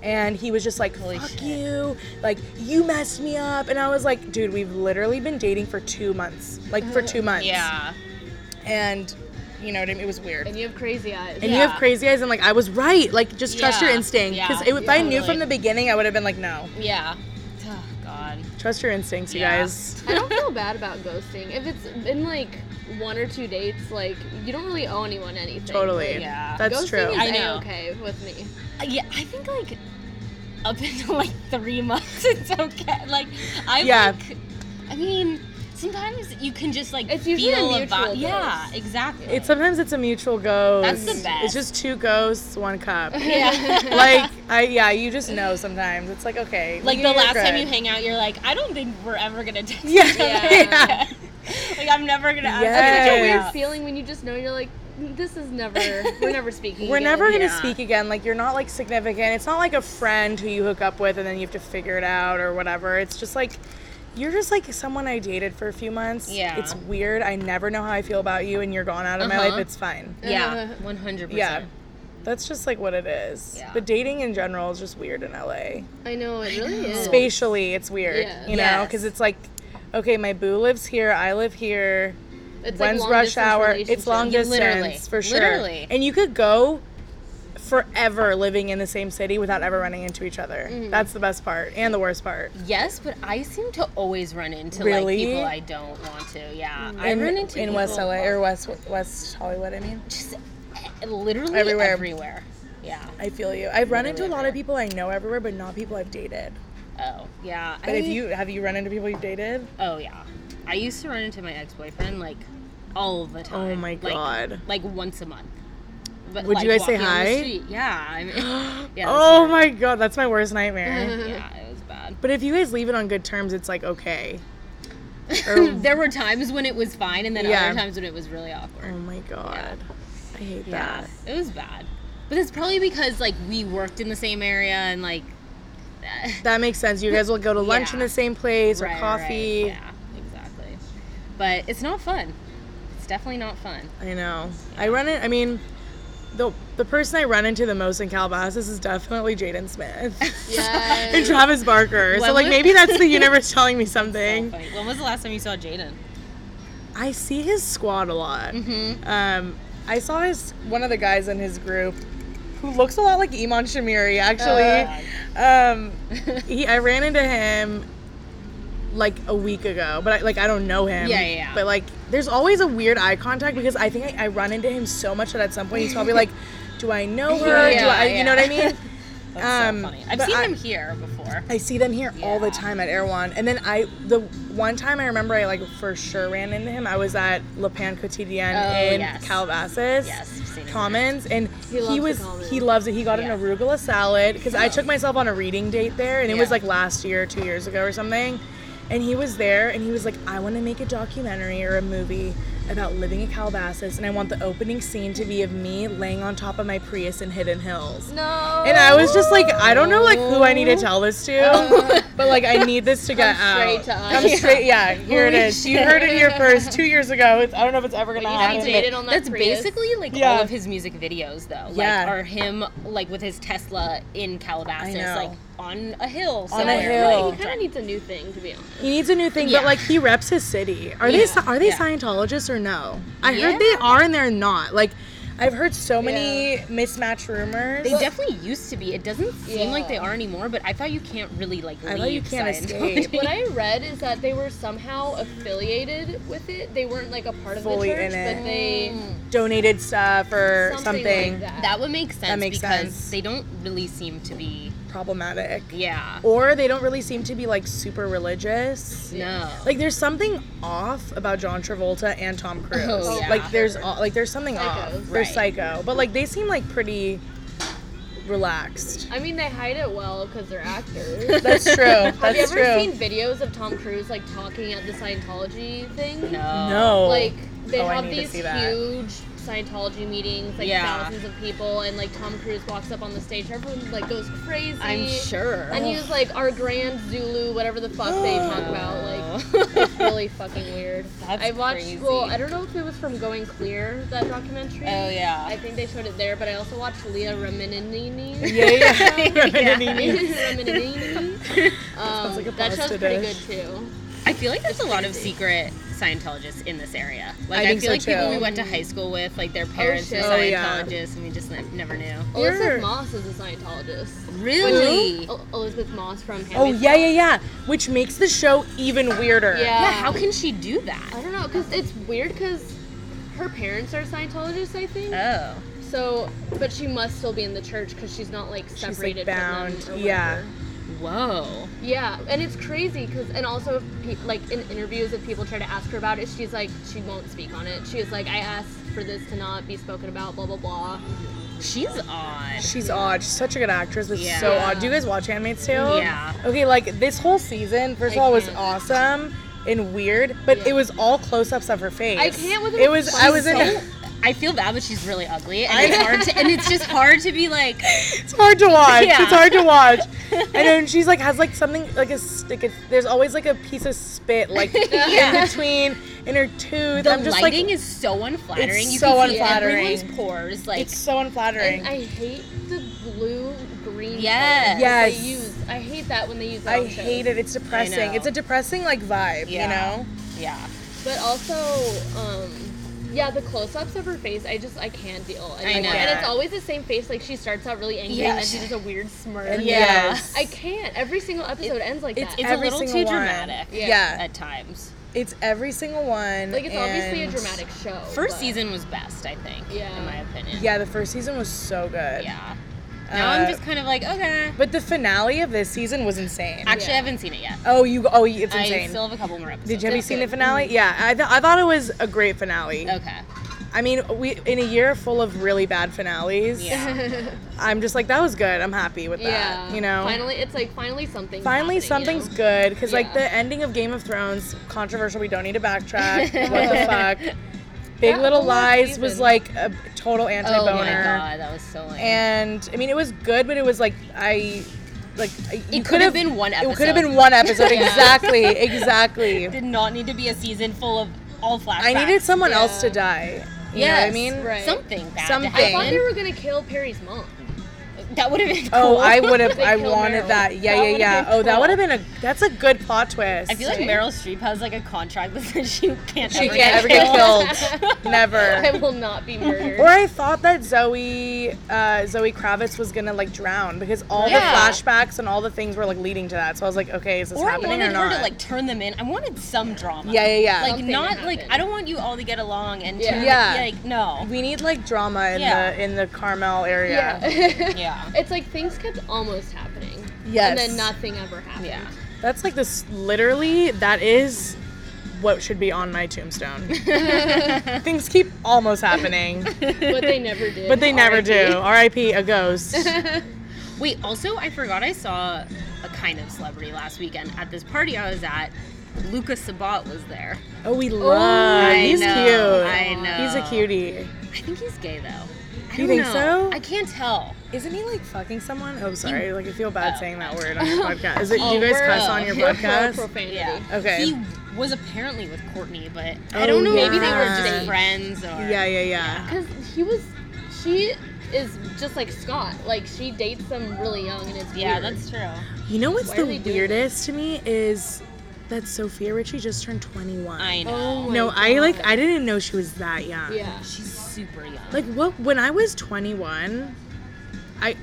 S3: And he was just like,
S2: Holy
S3: fuck
S2: shit.
S3: you. Like, you messed me up. And I was like, dude, we've literally been dating for two months. Like, for two months.
S2: Uh-huh. Yeah.
S3: And, you know what I mean? It was weird.
S4: And you have crazy eyes.
S3: And you have
S2: Yeah.
S3: crazy eyes, and like I was right. Like just trust your
S2: Yeah,
S3: instinct. Because
S2: yeah,
S3: if I knew
S2: totally.
S3: from the beginning, I would have been like, no,
S2: Yeah. Oh god.
S3: trust your instincts, you
S2: Yeah.
S3: guys.
S4: I don't feel bad about ghosting. If it's been like one or two dates, like you don't really owe anyone anything.
S3: Totally.
S4: Like,
S2: Yeah.
S3: That's
S4: ghosting
S3: true.
S4: is
S2: I know.
S4: okay with me.
S2: Uh, Yeah, I think like up until like three months, it's okay. Like I
S3: Yeah.
S2: like, I mean, sometimes you can just like
S4: It's usually a
S2: feel
S4: mutual
S2: vibe.
S4: ghost.
S2: Yeah, exactly.
S3: It's sometimes it's a mutual ghost.
S2: That's the best.
S3: It's just two ghosts, one cup.
S2: yeah.
S3: like I yeah, you just know sometimes. It's like okay,
S2: like
S3: you-
S2: the
S3: you're
S2: last time
S3: good.
S2: you hang out, you're like, I don't think we're ever gonna text.
S3: Yeah.
S2: each other
S3: Yeah.
S2: again." like I'm never gonna. ask
S3: Yes.
S2: you to
S4: It's a
S2: hang
S4: weird
S2: out.
S4: feeling when you just know you're like, this is never. We're never speaking.
S3: We're
S4: again.
S3: never gonna
S2: Yeah.
S3: speak again. Like you're not like significant. It's not like a friend who you hook up with and then you have to figure it out or whatever. It's just like you're just like someone I dated for a few months.
S2: Yeah.
S3: It's weird. I never know how I feel about you and you're gone out of my
S2: Uh-huh.
S3: life. It's fine.
S2: Yeah, one hundred
S3: Yeah.
S2: percent.
S3: That's just like what it is.
S2: Yeah.
S3: But dating in general is just weird in LA.
S4: I know it really is.
S3: Spatially, it's weird,
S4: Yeah.
S3: you know,
S2: Yes.
S3: because it's like, okay, my boo lives here, I live here.
S4: It's
S3: When's
S4: long
S3: rush
S4: distance
S3: hour? It's
S4: relationship.
S3: long
S2: You
S3: distance
S2: literally-
S3: for sure.
S2: literally.
S3: And you could go forever living in the same city without ever running into each other.
S2: Mm-hmm.
S3: That's the best part and the worst part.
S2: Yes, but I seem to always run into
S3: Really?
S2: like people I don't want to. Yeah, I
S3: in,
S2: run into
S3: in West
S2: people-
S3: LA or West West Hollywood. I mean,
S2: just eh, literally
S3: Everywhere.
S2: everywhere. Yeah.
S3: I feel you. I've run into a lot
S2: everywhere.
S3: of people I know everywhere, but not people I've dated.
S2: Oh, yeah.
S3: But
S2: I,
S3: if you have you run into people you've dated?
S2: Oh yeah. I used to run into my ex-boyfriend like all the time.
S3: Oh my
S2: Like-
S3: God.
S2: Like, once a month. But,
S3: Would you guys say
S2: walking on the
S3: hi?
S2: street. Yeah. I mean, yeah.
S3: Oh my god, that's my worst nightmare.
S2: that's- Yeah, it was bad.
S3: but if you guys leave it on good terms, it's like okay. Or-
S2: there were times when it was fine, and then
S3: Yeah.
S2: other times when it was really awkward.
S3: oh my god, I hate
S2: Yeah,
S3: that.
S2: it was bad. But it's probably because like we worked in the same area and like.
S3: That makes sense. You guys will go to lunch in
S2: Yeah.
S3: the same place or
S2: Right, right,
S3: coffee.
S2: right. Yeah, exactly. But it's not fun. It's definitely not fun.
S3: I know. I run it. I mean, the the person I run into the most in Calabasas is definitely Jaden Smith
S4: Yes.
S3: and Travis Barker. so
S2: When
S3: like
S2: was-
S3: maybe that's the universe telling me
S2: So
S3: something.
S2: funny. When was the last time you saw Jaden?
S3: I see his squad a lot.
S2: Mm-hmm.
S3: Um, I saw his one of the guys in his group who looks a lot like Iman Shamiri, actually.
S2: Uh.
S3: um, he, I ran into him like a week ago, but I, like I don't know him.
S2: Yeah, yeah, yeah.
S3: But like, there's always a weird eye contact because I think I, I run into him so much that at some point he's probably like, "Do I know her? Do
S2: Yeah,
S3: I, You know what I
S2: yeah.
S3: mean?
S2: That's
S3: Um,
S2: so funny. I've
S3: but
S2: seen
S3: I-
S2: them here before.
S3: I see them here all the
S2: Yeah.
S3: time at Air One. And then I, the one time I remember I like for sure ran into him, I was at Le Pan Quotidien
S2: Oh,
S3: in
S2: yes.
S3: Calabasas.
S2: Yes, I've seen him
S3: Commons. And he,
S4: loves the
S3: was,
S4: Commons.
S3: he loves it. He got
S2: Yeah.
S3: an arugula salad because I took myself on a reading date there and it was
S2: Yeah.
S3: like last year, two years ago or something. And he was there and he was like, I want to make a documentary or a movie about living in Calabasas and I want the opening scene to be of me laying on top of my Prius in Hidden Hills.
S4: No.
S3: And I was just like, I don't know like who I need to tell this to, but like I need this to get
S4: Oh. Come straight
S3: out.
S4: to us.
S3: Come straight, yeah. Here it
S2: Holy
S3: is. You heard it here first, two years ago. It's, I don't know if it's ever gonna
S4: you
S3: happen.
S4: haven't dated on that
S2: That's
S4: Prius?
S2: basically like
S3: Yeah.
S2: all of his music videos, though.
S3: Yeah.
S2: Like, are him like with his Tesla in Calabasas,
S3: I know.
S2: like on a hill.
S3: On a
S2: Somewhere.
S3: hill.
S4: He kind of needs a new thing, to be honest.
S3: He needs a new thing, but
S2: Yeah.
S3: like he reps his city. Are they
S2: Yeah,
S3: are they
S2: yeah.
S3: Scientologists or no? I
S2: Yeah.
S3: heard they are and they're not. Like I've heard so many mismatched rumors.
S2: They definitely used to be. It doesn't seem like they
S4: Yeah.
S2: are anymore, but I thought you can't really like leave.
S3: I thought you can't
S2: Scientology.
S3: escape.
S4: What I read is that they were somehow affiliated with it. They weren't like a part of
S3: Fully
S4: the church,
S3: in it.
S4: but
S2: Mm,
S4: they
S3: donated stuff or
S4: something,
S3: something,
S4: like that.
S2: That would make sense
S3: makes
S2: because
S3: sense.
S2: they don't really seem to be.
S3: problematic.
S2: Yeah.
S3: Or they don't really seem to be like super religious.
S2: No.
S3: Like there's something off about John Travolta and Tom Cruise.
S2: Oh, yeah.
S3: Like there's all- like there's something off.
S4: Psychos.
S3: They're
S2: Right.
S3: psycho, but like they seem like pretty relaxed.
S4: I mean, they hide it well because they're actors.
S3: That's true. That's
S4: Have you ever
S3: true.
S4: seen videos of Tom Cruise like talking at the Scientology thing?
S2: no.
S3: no.
S4: Like they
S3: Oh, I
S4: have
S3: need to
S4: these
S3: see that.
S4: huge Scientology meetings, like
S2: Yeah.
S4: thousands of people, and like Tom Cruise walks up on the stage, everyone like goes crazy.
S2: I'm sure.
S4: And he's like our grand Zulu, whatever the fuck they talk about. Like it's really fucking weird.
S2: That's
S4: I watched.
S2: crazy.
S4: Well, I don't know if it was from Going Clear that documentary.
S2: Oh
S4: I
S2: yeah.
S4: think they showed it there, but I also watched Leah Remini.
S3: yeah, yeah. yeah.
S4: Remini. Um,
S3: like a
S4: that show's
S3: pasta
S4: pretty good
S3: dish.
S4: too.
S2: I feel like there's a lot of secret Scientologists in this area. Like
S3: I
S2: I,
S3: think
S2: feel
S3: so,
S2: like people
S3: too.
S2: we went to high school with, like their parents
S4: shit.
S2: were
S4: Oh,
S3: yeah. Oh,
S2: Scientologists, and we just ne- never knew.
S3: You're-
S4: Elizabeth Moss is a Scientologist.
S2: Really? Oh,
S4: El- Elizabeth Moss from Handmaid's
S3: Oh yeah,
S4: Tale.
S3: yeah, yeah. Which makes the show even weirder.
S4: Yeah.
S2: Yeah. How can she do that?
S4: I don't know, cause it's weird, cause her parents are Scientologists, I think.
S2: Oh.
S4: so, but she must still be in the church, cause she's not like
S3: like,
S4: separated
S3: bound.
S4: from them. Or
S3: Yeah.
S4: whatever.
S2: Whoa.
S4: Yeah, and it's crazy because, and also, if pe- like in interviews, if people try to ask her about it, she's like, she won't speak on it. She was like, I asked for this to not be spoken about, blah blah blah.
S2: She's odd.
S3: She's odd. She's such a good actress, but
S2: Yeah.
S3: so odd. Do you guys watch Handmaid's Tale?
S2: Yeah.
S3: Okay, like this whole season, first of
S4: I
S3: all, was
S4: can't.
S3: awesome and weird, but
S4: Yeah.
S3: it was all close-ups of her face.
S4: I can't with her-
S3: It was. I was in.
S2: So- I feel bad, but she's really ugly, and it's hard to, and it's just hard to be like,
S3: It's hard to watch.
S2: Yeah.
S3: It's hard to watch. and then she's like has like something like a s- like a, there's always like a piece of spit like in between in her tooth.
S2: the
S3: I'm just
S2: lighting
S3: like
S2: is so unflattering.
S3: It's
S2: you
S3: so
S2: can see
S3: unflattering.
S2: everyone's pores, like
S3: it's so unflattering.
S4: And I hate the blue green.
S2: Yes.
S4: color
S3: Yes.
S4: They use. I hate that when they use. That
S3: I,
S4: on shows.
S3: hate it. It's depressing.
S2: know.
S3: It's a depressing like vibe.
S2: Yeah.
S3: You know.
S2: yeah.
S4: But also, um, yeah, the close-ups of her face, I just I can't deal.
S2: I
S4: anymore.
S2: know.
S4: And it's always the same face. Like she starts out really angry,
S2: Yeah.
S4: and then she does a weird smirk.
S3: And
S2: Yeah.
S3: yes.
S4: I can't. Every single episode ends like
S3: it's-
S4: that.
S2: It's
S3: Every
S2: a little
S3: single
S2: too
S3: one.
S2: dramatic.
S3: Yeah.
S2: At times,
S3: It's every single one.
S4: like it's obviously a
S3: and-
S4: dramatic show.
S2: first
S4: but-
S2: season was best, I think.
S4: Yeah.
S2: In my opinion.
S3: Yeah, the first season was so good.
S2: Yeah. Now I'm
S3: Uh,
S2: just kind of like, okay.
S3: But the finale of this season was insane.
S2: Actually,
S4: Yeah.
S2: I haven't seen it yet.
S3: oh, you. Oh, it's insane.
S2: I still have a couple more episodes.
S3: Did you have you
S4: It's
S3: seen the
S4: good.
S3: finale? Yeah, I, th- I thought it was a great finale.
S2: Mm-hmm. Okay.
S3: I mean, we in a year full of really bad finales,
S2: Yeah.
S3: I'm just like that was good. I'm happy with that.
S4: Yeah.
S3: You know.
S4: Finally, it's like finally something.
S3: Finally, something's good because like
S4: Yeah.
S3: the ending of Game of Thrones controversial. We don't need to backtrack. what the fuck? Big
S4: That
S3: Little
S4: whole
S3: Lies was
S4: season.
S3: like a total anti
S2: oh
S3: boner.
S2: my god, that was so lame.
S3: and I mean it was good, but it was like I like I- you
S2: it
S3: could have
S2: been one episode.
S3: it could have been one episode exactly exactly.
S2: Did not need to be a season full of all flashbacks.
S3: I needed someone
S4: Yeah.
S3: else to die. You know what
S2: Yes,
S3: I mean?
S4: right.
S2: something bad. to
S3: Something.
S4: I thought
S2: happen.
S4: they were gonna kill Perry's mom.
S2: That would have been.
S3: Oh,
S2: cool.
S3: I would have.
S4: They
S3: I
S4: kill
S3: wanted
S4: Meryl.
S3: that. Yeah, yeah,
S4: would've
S3: yeah.
S4: been
S3: Oh, that
S4: cool.
S3: would have been a. That's a good plot twist.
S2: I feel like Meryl Streep has like a contract that says she can't.
S3: she
S2: ever
S3: can't ever get killed.
S4: I
S3: Never.
S4: will not be murdered.
S3: Or I thought that Zoe, uh, Zoe Kravitz was gonna like drown because all
S2: Yeah.
S3: the flashbacks and all the things were like leading to that. So I was like, okay, is this
S2: Or I
S3: happening
S2: wanted
S3: or not?
S2: her to like turn them in. I wanted some drama.
S3: yeah, yeah, yeah.
S2: Like
S4: Something to
S2: not like
S4: happen.
S2: I don't want you all to get along and
S4: Yeah.
S2: to,
S3: Yeah.
S2: like no.
S3: we need like drama in
S2: Yeah.
S3: the in the Carmel area.
S4: Yeah.
S2: Yeah.
S4: It's like things kept almost happening.
S3: Yes.
S4: And then nothing ever happened.
S2: Yeah.
S3: That's like this. Literally, that is what should be on my tombstone. Things keep almost happening,
S4: But they never did.
S3: but they never
S4: R.I.P.
S3: do. R.I.P. A ghost.
S2: Wait, also I forgot I saw a kind of celebrity last weekend at this party I was at. Lucas Sabat was there.
S3: Oh, we love.
S2: I
S3: He's
S2: know,
S3: cute.
S2: I know.
S3: He's a cutie.
S2: I think he's gay though. I
S3: You
S2: don't
S3: think
S2: know.
S3: so?
S2: I can't tell.
S3: Isn't he like fucking someone? Oh, sorry. Like I feel bad saying that word on your podcast. Is it
S2: Oh,
S3: you guys
S2: we're-
S3: cuss on your
S4: Pure
S3: podcast?
S4: profanity.
S2: Yeah.
S3: Okay.
S2: He was apparently with Courtney, but
S3: Oh,
S2: I don't know. Maybe they were
S3: yeah.
S2: just friends or.
S3: Yeah, yeah, yeah.
S4: Because he was, she is just like Scott. Like she dates them really young, and it's
S2: Yeah,
S4: weird.
S2: that's true.
S3: You know what's
S4: Why
S3: the
S4: are they doing
S3: weirdest to me is that Sophia Richie just turned 21.
S2: I know.
S4: Oh my
S3: No, I like
S4: God.
S3: I didn't know she was that young.
S4: Yeah.
S2: She's super young.
S3: Like what when I was 21, I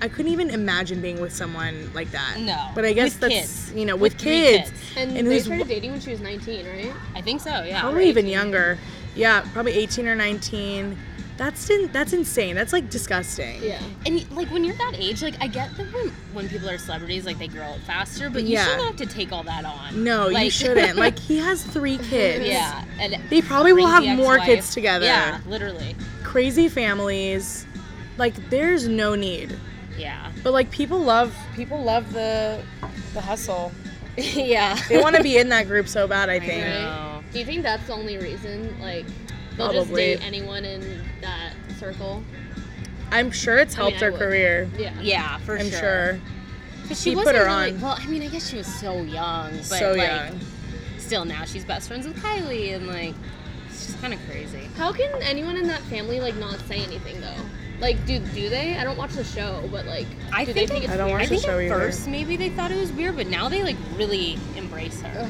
S3: I couldn't even imagine being with someone like that.
S2: No.
S3: But I guess
S2: With
S3: that's
S2: kids.
S3: you know, with,
S2: With three
S3: kids.
S2: kids.
S4: And,
S3: And
S4: they
S3: who's-
S4: started dating when she was 19, right?
S2: I think so. Yeah.
S3: probably even younger. Yeah, probably 18 or 19. That's in, that's insane. That's like disgusting.
S4: Yeah.
S2: And like when you're that age, like I get that when when people are celebrities, like they grow up faster, but you
S3: Yeah.
S2: shouldn't have to take all that on.
S3: No, you
S2: Like-
S3: shouldn't. like he has three kids.
S2: yeah, and
S3: They probably will have
S2: crazy
S3: more
S2: ex-wife.
S3: kids together.
S2: Yeah, literally.
S3: Crazy families. Like there's no need.
S2: Yeah.
S3: But like people love people love the the hustle.
S2: yeah.
S3: They want to be in that group so bad, I
S2: I
S3: think.
S2: know.
S4: Do you think that's the only reason? Like, they'll just
S3: Probably.
S4: date anyone in that circle?
S3: I'm sure it's
S4: I mean,
S3: helped
S4: I
S3: her
S4: would.
S3: career.
S4: Yeah.
S2: Yeah, for
S3: I'm
S2: sure.
S3: sure.
S2: 'Cause she
S3: He put
S2: wasn't
S3: her
S2: really-
S3: on.
S2: Well, I mean, I guess she was so young, but
S3: So
S2: like,
S3: young.
S2: still now she's best friends with Kylie, and like, it's just kind of crazy.
S4: How can anyone in that family like not say anything though? Like, do do they? I don't watch the show, but like,
S2: I
S4: do
S2: think
S4: they think
S2: at-
S4: it's
S3: I don't
S4: weird?
S3: watch
S2: I
S3: the
S2: think
S3: show
S2: at
S3: either.
S2: first maybe they thought it was weird, but now they like really embrace her.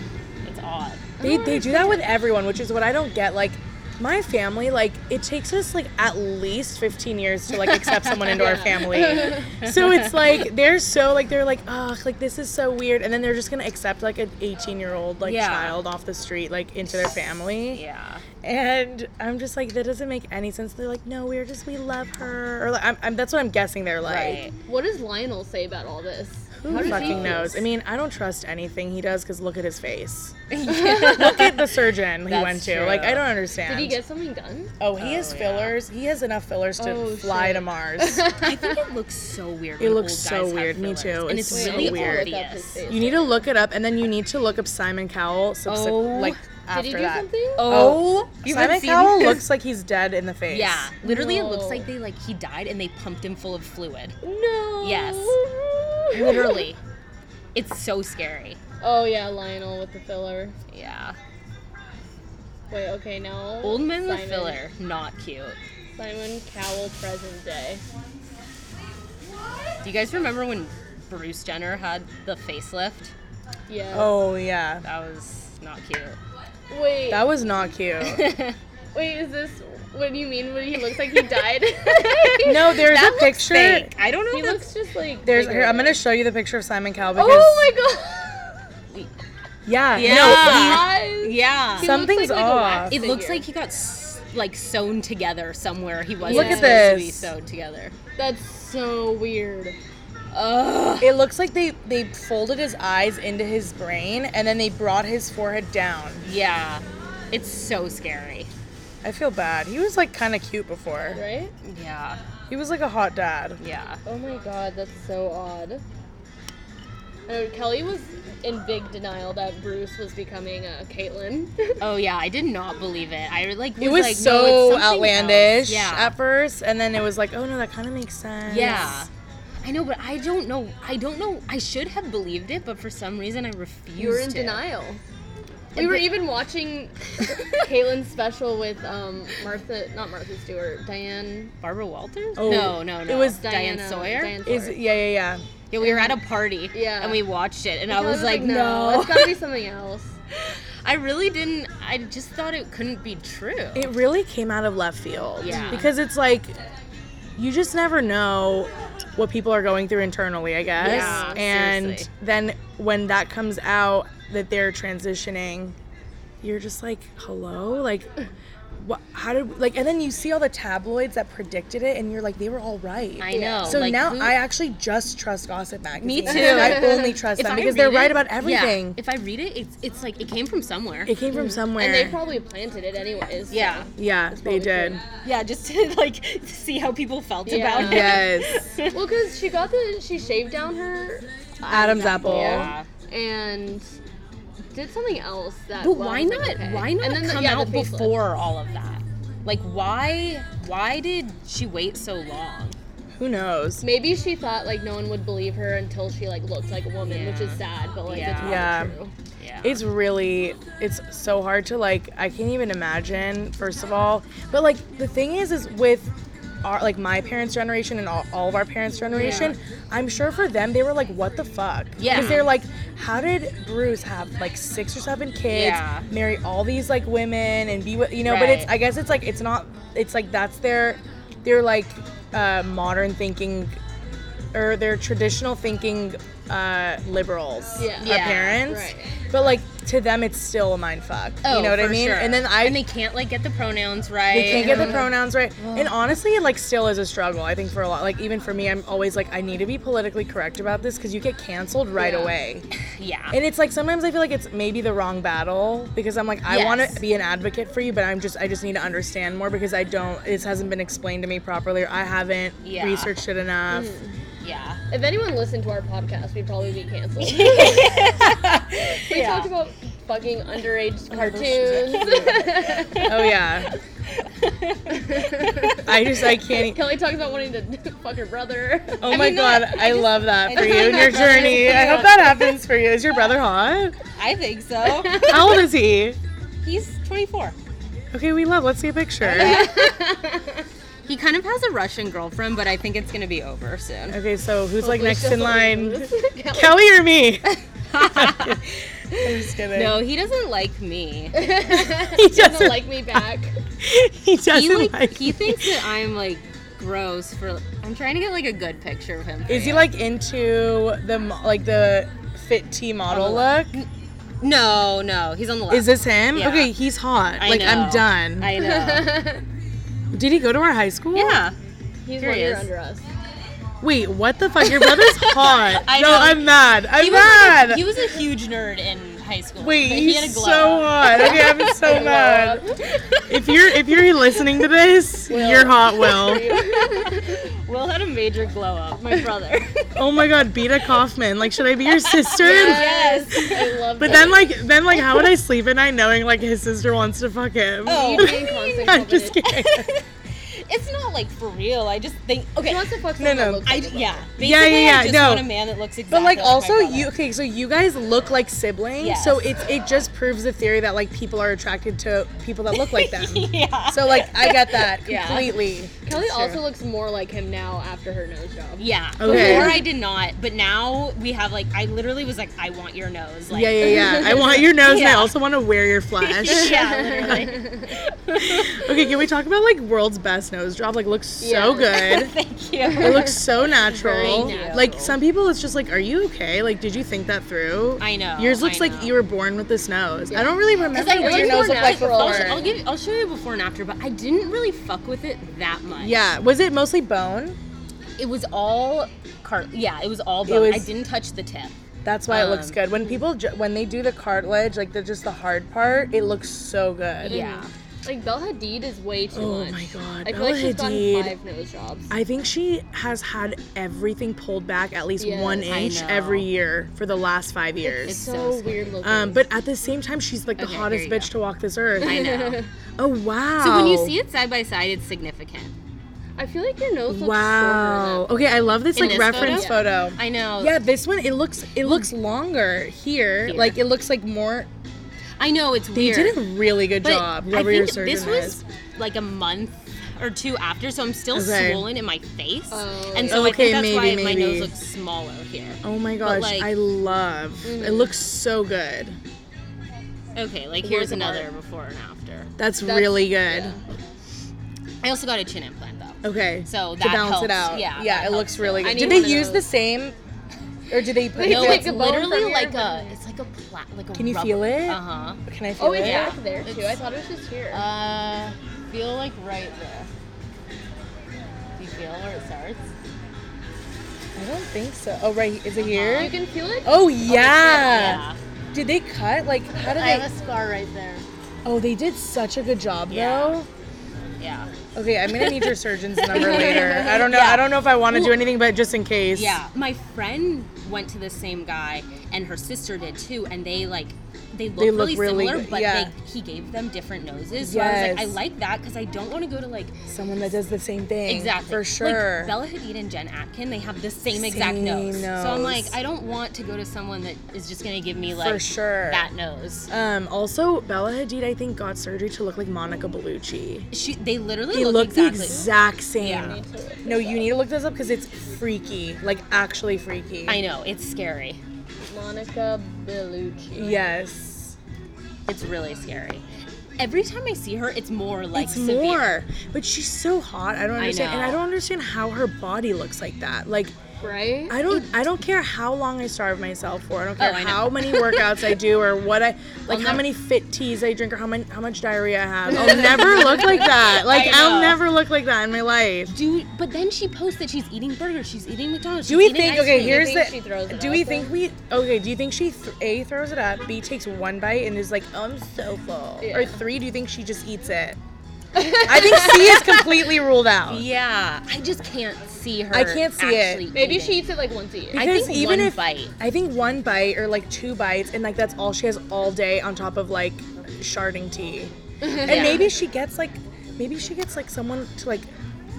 S2: It's odd.
S3: They, they do that with everyone, which is what I don't get. Like, my family, like, it takes us, like, at least 15 years to, like, accept someone into our family. So it's like, they're so, like, they're like, ugh, like, this is so weird. And then they're just gonna accept, like, an 18 year old, like,
S2: Yeah.
S3: child off the street, like, into their family.
S2: Yeah.
S3: And I'm just like, that doesn't make any sense. They're like, no, we're just, we love her. Or, like, I'm, I'm, that's what I'm guessing they're like.
S2: Right.
S4: What does Lionel say about all this? How
S3: Who
S4: does he
S3: fucking
S4: feel?
S3: knows? I mean, I don't trust anything he does because look at his face. look at the surgeon he
S2: That's
S3: went to.
S2: true.
S3: Like, I don't understand.
S4: Did he get something done?
S3: Oh, he has
S2: Oh, yeah.
S3: fillers. He has enough fillers to
S4: Oh,
S3: fly
S4: shit.
S3: to Mars.
S2: I think it looks so weird.
S3: It
S2: when
S3: looks
S2: old
S3: so
S2: guys have
S3: weird. Me
S2: fillers.
S3: too.
S2: And
S3: It's
S2: it's,
S3: so
S2: really
S3: weird.
S2: obvious.
S3: you need to look it up, and then you need to look up Simon Cowell. Subse-
S2: Oh.
S3: like after
S4: Did he do
S3: that.
S4: something?
S3: Oh,
S2: You
S3: Simon
S2: haven't seen
S3: Cowell
S2: this?
S3: looks like he's dead in the face.
S2: Yeah. Literally, it looks
S4: No.
S2: like they like he died and they pumped him full of fluid.
S4: No.
S2: Yes. Literally. It's so scary.
S4: Oh yeah, Lionel with the filler.
S2: Yeah.
S4: Wait, okay, now
S2: Old men with
S4: Simon-
S2: filler, not cute.
S4: Simon Cowell, present day.
S2: Do you guys remember when Bruce Jenner had the facelift?
S4: Yeah.
S3: Oh yeah,
S2: That was not cute.
S4: Wait.
S3: that was not cute.
S4: wait, is this what do you mean when he looks like he died?
S3: No, there's
S2: that
S3: a
S2: looks
S3: picture.
S2: fake. I don't know.
S4: He
S2: if that's-
S4: looks just like.
S3: There's
S4: bigger.
S3: here. I'm gonna show you the picture of Simon Cowell because
S4: Oh my god.
S3: yeah,
S2: Yeah.
S3: no, he-
S4: Eyes.
S2: yeah.
S4: He looks
S3: Something's
S4: like, like, a
S3: off.
S4: wax
S2: It looks
S4: figure.
S2: like he got s- like sewn together somewhere. He wasn't
S3: Look at
S2: supposed to be
S3: this.
S2: sewn together.
S4: That's so weird.
S2: Ugh.
S3: It looks like they they folded his eyes into his brain and then they brought his forehead down.
S2: Yeah, it's so scary.
S3: I feel bad. He was like kind of cute before.
S4: Right?
S2: Yeah,
S3: He was like a hot dad.
S2: yeah.
S4: Oh my god, that's so odd. I know Kelly was in big denial that Bruce was becoming a Caitlyn.
S2: Oh yeah, I did not believe it. I like was,
S3: It was
S2: like, no,
S3: so
S2: it's something
S3: outlandish
S2: else. Yeah,
S3: at first, and then it was like, oh no, that kind of makes sense.
S2: yeah. I know, but I don't know. I don't know. I should have believed it, but for some reason I refused.
S4: you were in
S2: to.
S4: denial. We were even watching Caitlin's special with um, Martha, not Martha Stewart, Diane.
S2: Barbara Walters?
S3: Oh,
S2: no, no, no.
S3: it was
S2: Diane
S4: Diana-
S2: Sawyer.
S4: Diane
S3: Is
S4: Sawyer.
S3: yeah, yeah, yeah.
S2: Yeah, we were at a party.
S4: Yeah.
S2: And we watched it, and I
S4: I
S2: was like,
S4: no,
S2: no.
S4: it's gotta be something else.
S2: I really didn't. I just thought it couldn't be true.
S3: It really came out of left field.
S2: Yeah.
S3: Because it's like you just never know what people are going through internally, I guess.
S2: Yeah,
S3: and
S2: seriously.
S3: then when that comes out that they're transitioning, you're just like, "Hello?" Like what how did like and then you see all the tabloids that predicted it and you're like, "They were all right."
S2: I know.
S3: So
S2: like,
S3: now
S2: who-
S3: I actually just trust gossip magazine.
S2: Me too.
S3: I only trust
S2: If
S3: them
S2: I
S3: because they're right
S2: read it-
S3: about
S2: yeah, Mm-hmm.
S3: everything.
S2: if I read it, it's it's like it came from somewhere.
S3: it came from somewhere.
S4: And they probably planted it anyways. so-
S2: yeah.
S3: yeah, they
S4: probably
S3: did.
S4: true.
S2: Yeah, just to like see how people felt
S4: Yeah.
S2: about it.
S3: Yes.
S4: Well, because she got the she shaved down her
S3: Adam's apple.
S2: Yeah.
S4: and did something else that.
S2: But
S4: well,
S2: why
S4: I was
S2: not?
S4: like, okay.
S2: Why not
S4: And then the-
S2: come
S4: yeah, the
S2: out
S4: facelift.
S2: before all of that? Like, why? Why did she wait so long?
S3: Who knows?
S4: Maybe she thought like no one would believe her until she like looked like a woman, which is sad, but like it's
S2: Yeah.
S3: Yeah.
S4: probably true.
S2: Yeah.
S3: It's really it's so hard to like I can't even imagine first of all. But like the thing is is with our like my parents' generation and all, all of our parents' generation, I'm sure for them they were like, what the fuck?
S2: Yeah.
S3: Because they're like, how did Bruce have like six or seven kids,
S2: Yeah.
S3: marry all these like women and be with you know, but it's
S2: Right.
S3: I guess it's like it's not it's like that's their their like uh, modern thinking or their traditional thinking uh, liberals.
S4: Yeah.
S3: Our
S2: Yeah,
S3: parents.
S4: right.
S3: But like to them it's still a mind fuck. you know what I
S2: Oh, for
S3: mean?
S2: sure.
S3: And then I
S2: and they can't like get the pronouns right.
S3: they can't get the pronouns right. And honestly, it like still is a struggle. I think for a lot, like even for me, I'm always like I need to be politically correct about this because you get canceled right
S4: Yeah.
S3: away.
S2: yeah.
S3: And it's like sometimes I feel like it's maybe the wrong battle because I'm like I
S2: Yes.
S3: want to be an advocate for you, but I'm just I just need to understand more because I don't. This hasn't been explained to me properly, or I haven't
S2: Yeah. Mm.
S3: researched it enough.
S2: yeah.
S4: If anyone listened to our podcast, we'd probably be canceled. we
S2: Yeah.
S4: talked about fucking underage cartoons.
S3: Oh yeah, I just I can't. e
S4: Kelly talks about wanting to fuck her brother.
S3: Oh my god, I, love that for you and your journey. I hope
S4: Yeah.
S3: that happens for you. Is your brother hot?
S2: I think so.
S3: How old is he?
S2: He's 24.
S3: Okay, we love. Let's see a picture.
S2: He kind of has a Russian girlfriend, but I think it's gonna be over soon.
S3: Okay, so who's like next in line?
S4: Kelly.
S3: Kelly or me? I'm just kidding.
S2: No, he doesn't like me.
S3: he
S4: doesn't
S3: doesn't
S4: like me back.
S3: He doesn't
S2: He like,
S3: like.
S2: he thinks that I'm like gross for. I'm trying to get like a good picture of him. for
S3: Is he
S2: you.
S3: like into the mo- like the fit T model look?
S2: No, no, he's on the left.
S3: Is this him?
S2: Yeah.
S3: Okay, he's hot.
S2: I
S3: like
S2: know.
S3: I'm done.
S2: I know.
S3: Did he go to our high school?
S2: yeah.
S4: He's
S2: Here
S4: one
S2: he
S4: year
S2: is.
S4: under us.
S3: Wait, what the fuck? Your brother's hot.
S2: I
S3: no,
S2: know.
S3: I'm mad. I'm
S2: He was,
S3: mad.
S2: like, a, he was a huge nerd in high school.
S3: Wait,
S2: but
S3: he's
S2: he had a glow
S3: so
S2: up.
S3: hot. Okay, I'm so mad. If you're if you're listening to this, you're hot, Will.
S2: Will had a major glow up. My brother.
S3: Oh my God, Beta Kaufman. Like, should I be your sister?
S4: Yes, I love
S3: But then, like, then, like, how would I sleep at night knowing like his sister wants to fuck him?
S2: Oh.
S4: being constant
S3: I'm just kidding.
S2: it's not like for real. I just think. Okay.
S4: He wants to fuck
S3: No,
S4: someone that
S3: no.
S4: looks
S2: I
S4: like a
S2: yeah. Basically,
S3: Yeah, yeah, yeah,
S2: I just
S3: no.
S2: want a man that looks exactly.
S3: But like,
S2: my
S3: also
S2: brother.
S3: you okay? So you guys look like siblings.
S2: Yes.
S3: So it's it just proves the theory that like people are attracted to people that look like them.
S2: yeah.
S3: So like, I get that
S2: Yeah.
S3: completely.
S4: Kelly also looks more like him now after her nose job.
S2: Yeah.
S3: Okay.
S2: Before I did not, but now we have like I literally was like I want your nose. Like,
S3: Yeah, yeah, yeah. I want your nose, and I
S2: Yeah.
S3: also want to wear your flash.
S2: Yeah, literally.
S3: Okay, can we talk about like world's best nose job? Like, looks so good.
S2: Thank
S3: It
S2: you.
S3: looks so natural.
S2: Very natural.
S3: Like some people, it's just like, are you okay? Like, did you think that through?
S2: I know,
S3: Yours
S2: I
S3: looks like
S2: know.
S3: you were born with this nose. I don't really remember
S2: I
S3: what your
S2: looked Oh,
S3: nose
S4: more
S3: looked like
S4: natural.
S3: before.
S2: I'll, sh- I'll give. I'll show you before and after, but I didn't really fuck with it that much.
S3: yeah, was it mostly bone?
S2: It was all cart. Yeah, it was all bone.
S3: was- Mm.
S2: I didn't touch the tip.
S3: That's why it looks
S2: Um,
S3: good. When people ju- when they do the cartilage, like the just the hard part, it looks so good.
S2: Yeah.
S4: Like Bella Hadid is way too
S3: Oh
S4: much.
S3: my God,
S4: I feel
S3: Bella
S4: like she's
S3: Hadid.
S4: gotten five nose jobs.
S3: I think she has had everything pulled back at least
S4: Yes.
S3: one
S4: I
S3: inch
S2: know.
S3: every year for the last five years.
S2: it's so
S4: so
S2: scary.
S4: weird looking.
S3: um, but at the same time, she's like the
S2: Okay,
S3: hottest
S2: here you
S3: bitch to walk this earth.
S2: I know.
S3: Oh wow!
S2: So when you see it side by side, it's significant.
S4: I feel like your nose looks
S3: wow.
S4: shorter
S3: Okay, I love this
S2: In
S3: like
S2: this
S3: reference photo.
S2: I know.
S3: Yeah, this one it looks it looks longer here. Like it looks like more.
S2: I I know it's
S3: They
S2: weird.
S3: did a really good
S2: but
S3: job.
S2: I
S3: Whoever your
S2: think
S3: surgeon
S2: this was
S3: is.
S2: like a month or two after, so I'm still
S3: Okay.
S2: swollen in my face,
S4: Oh,
S2: and
S4: yeah.
S2: so
S3: Okay,
S2: I think that's
S3: maybe,
S2: why my
S3: maybe.
S2: nose looks smaller here.
S3: Oh my gosh,
S2: like- mm.
S3: I love. It looks so good.
S2: Okay, like here's
S3: of
S2: another
S3: art.
S2: before and after.
S3: That's,
S4: That's-
S3: really good.
S4: yeah.
S2: I also got a chin implant though.
S3: Okay.
S2: So
S3: to
S2: that
S3: balance it
S2: helps.
S3: out.
S2: Yeah,
S3: Yeah,
S2: that
S3: it looks
S2: helps.
S3: really good.
S4: I need
S3: Did
S4: one
S3: they
S4: of
S3: use the
S4: those.
S3: same or did they put
S4: They
S2: No,
S4: take
S2: it's
S4: a bone from
S2: literally
S4: here,
S2: like a,
S4: but-
S2: it's like a plat, like a.
S3: Can you feel it?
S2: Uh huh.
S3: Can I feel
S4: Oh,
S3: it?
S4: it's
S2: Yeah.
S4: back there too. I
S2: It's-
S4: thought it was just here.
S2: Uh, feel like right there. Do you feel where it starts?
S3: I don't think so. Oh right, is it here?
S4: you can feel it.
S3: Oh yeah. Did they cut? Like how did
S2: I have
S3: they
S2: a scar right there.
S3: Oh, they did such a good job
S2: Yeah. Yeah.
S3: though. Okay, I'm gonna need your surgeon's number later. I don't know. I don't know if I want to do anything, but just in case.
S2: Yeah. My friend went to the same guy, and her sister did too, and they like. They look,
S3: They look
S2: really,
S3: really
S2: similar,
S3: good,
S2: but
S3: yeah.
S2: they, he gave them different noses. So I was like, I
S3: Yes.
S2: like that because I don't want to go to like
S3: Someone that does the same thing.
S2: Exactly.
S3: For sure.
S2: Like Bella Hadid and Jen Atkin, they have the same exact
S3: Same
S2: nose. So I'm
S3: nose.
S2: like, I don't want to go to someone that is just gonna give me like
S3: For sure.
S2: that nose.
S3: um, also, Bella Hadid, I think, got surgery to look like Monica Bellucci.
S2: She, they literally
S3: They
S2: look,
S3: look
S2: exactly.
S3: the exact same.
S2: Yeah.
S3: No, you need to look this up because it's freaky. Like, actually freaky.
S2: I know it's scary.
S4: Monica Bellucci.
S3: Yes.
S2: It's really scary. Every time I see her, it's more like
S3: it's
S2: severe.
S3: more. But she's so hot. I don't understand. and I
S2: know.
S3: don't understand how her body looks like that. Like,
S4: Right.
S3: I don't I don't care how long I starve myself for. I don't
S2: Oh,
S3: care
S2: I know.
S3: how many workouts I do or what I like how
S2: never-
S3: many fit teas I drink or how many, how much diarrhea I have. I'll never look like that. Like I'll
S2: know.
S3: never look like that in my life.
S2: Do but then she posts that she's eating burgers, she's eating McDonald's.
S3: Do
S2: she's
S3: we
S2: eating
S3: think
S2: ice
S3: okay,
S2: cream.
S3: here's
S4: think
S3: the
S4: she throws it
S3: Do we
S4: up,
S3: think
S4: though?
S3: we okay, do you think she th- A throws it up, B takes one bite and is like, "Oh, I'm so full." Or
S4: Yeah.
S3: 3, do you think she just eats it? I think C is completely ruled out.
S2: Yeah, I just can't see her.
S3: I can't see it.
S2: actually
S4: Maybe
S2: eating.
S4: she eats it like once a year.
S2: I
S3: Because
S2: think
S3: even
S2: one
S3: if
S2: bite.
S3: I think one bite or like two bites, and like that's all she has all day on top of like sharding tea. And
S2: Yeah.
S3: maybe she gets like, maybe she gets like someone to like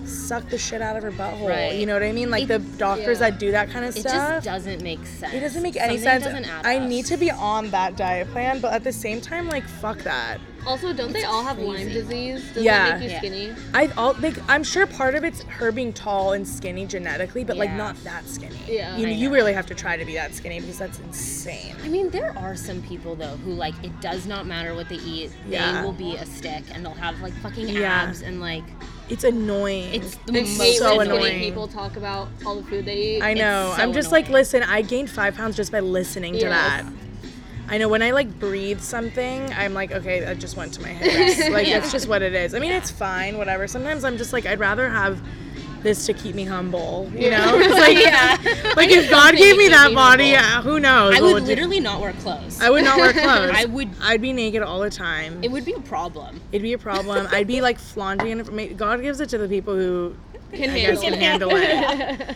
S3: suck the shit out of her butthole.
S2: Right.
S3: You know what I mean? Like the doctors
S4: yeah.
S3: that do that kind of
S2: It
S3: stuff.
S2: just doesn't make sense.
S3: it doesn't make any
S2: Something
S3: sense.
S2: Doesn't add
S3: I
S2: up.
S3: need to be on that diet plan, but at the same time, like fuck that.
S4: Also, don't they all have Lyme disease? Does
S3: Yeah.
S4: that make you
S2: Yeah.
S4: skinny?
S3: I all like I'm sure part of it's her being tall and skinny genetically, but like
S2: Yeah.
S3: not that skinny.
S4: Yeah.
S3: You,
S4: I
S3: you
S2: know.
S3: really have to try to be that skinny because that's insane.
S2: I mean, there are some people though who like it does not matter what they eat.
S3: Yeah.
S2: They will be a stick and they'll have like fucking
S3: Yeah.
S2: abs and like
S3: It's annoying.
S2: it's the
S4: I
S2: most
S4: hate
S3: so
S4: when
S3: annoying.
S4: skinny people talk about all the food they eat.
S3: I know.
S2: so
S3: I'm just like,
S2: annoying.
S3: listen, I gained five pounds just by listening to
S4: Yes.
S3: that. I know when I like breathe something, I'm like, okay, that just went to my head. like that's just what it is. I mean, it's fine, whatever. Sometimes I'm just like, I'd rather have this to keep me humble, you know? It's like, like if God gave me
S2: keep
S3: that
S2: me
S3: body,
S2: humble.
S3: yeah, who knows?
S2: I
S3: what
S2: would
S3: do-
S2: literally not wear clothes.
S3: I would not wear clothes.
S2: I would-
S3: I'd be naked all the time.
S2: it would be a problem.
S3: It'd be a problem. I'd be like flaunting it. May- God gives it to the people who
S4: Can
S3: I guess
S4: handle
S3: can
S4: it.
S3: handle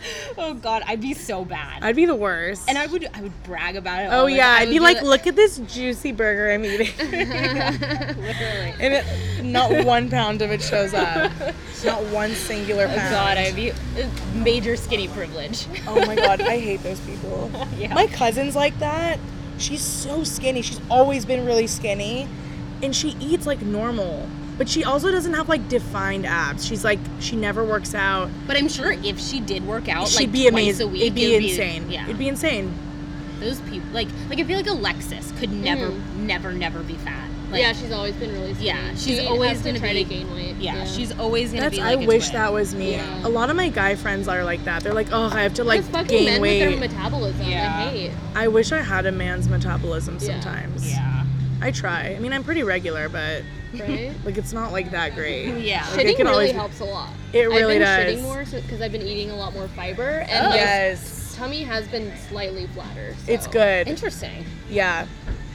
S3: it.
S2: Oh God, I'd be so bad.
S3: I'd be the worst.
S2: and I would I would brag about it.
S3: Oh
S2: all the
S3: yeah,
S2: time. I
S3: I'd
S2: would
S3: be like,
S2: the-
S3: look at this juicy burger I'm eating,
S2: literally.
S3: and it, not one pound of it shows up. Not one singular
S2: Oh
S3: pound.
S2: God, I'd be uh, major skinny privilege.
S3: oh my god, I hate those people.
S2: Yeah.
S3: My cousin's like that. She's so skinny. She's always been really skinny, and she eats like normal. But she also doesn't have like defined abs. She's like she never works out.
S2: But I'm sure if she did work out,
S3: She'd
S2: like
S3: be
S2: twice
S3: amazing.
S2: a week,
S3: It'd be
S2: it would
S3: insane.
S2: yeah,
S3: It'd be insane.
S2: those people like like I feel like Alexis could never,
S3: Mm-hmm.
S2: never, never be fat. Like,
S4: yeah, she's always been really skinny.
S2: Yeah, she's
S4: She
S2: always
S4: has to
S2: gonna
S4: try
S2: be-
S4: to gain weight.
S2: Yeah, she's always gonna
S3: That's.
S2: be. Like
S3: I
S2: a
S3: wish
S2: twin.
S3: that was me.
S4: Yeah.
S3: A lot of my guy friends are like that. They're like, oh, I have to
S4: Because
S3: like
S4: fucking
S3: gain
S4: men
S3: weight.
S4: with their metabolism.
S2: Yeah.
S4: I hate.
S3: I wish I had a man's metabolism
S4: Yeah.
S3: sometimes.
S2: Yeah.
S3: I try. I mean, I'm pretty regular, but
S4: Right.
S3: like it's not like that great.
S2: Yeah.
S3: Like, I
S4: Shitting
S3: can
S4: really
S3: always-
S4: helps a lot.
S3: It really
S4: I've
S3: does.
S4: been
S3: Oh.
S4: shitting more because I've been eating a lot more fiber, and my
S3: Yes.
S4: tummy has been slightly flatter. so-
S3: It's good.
S2: Interesting.
S3: Yeah.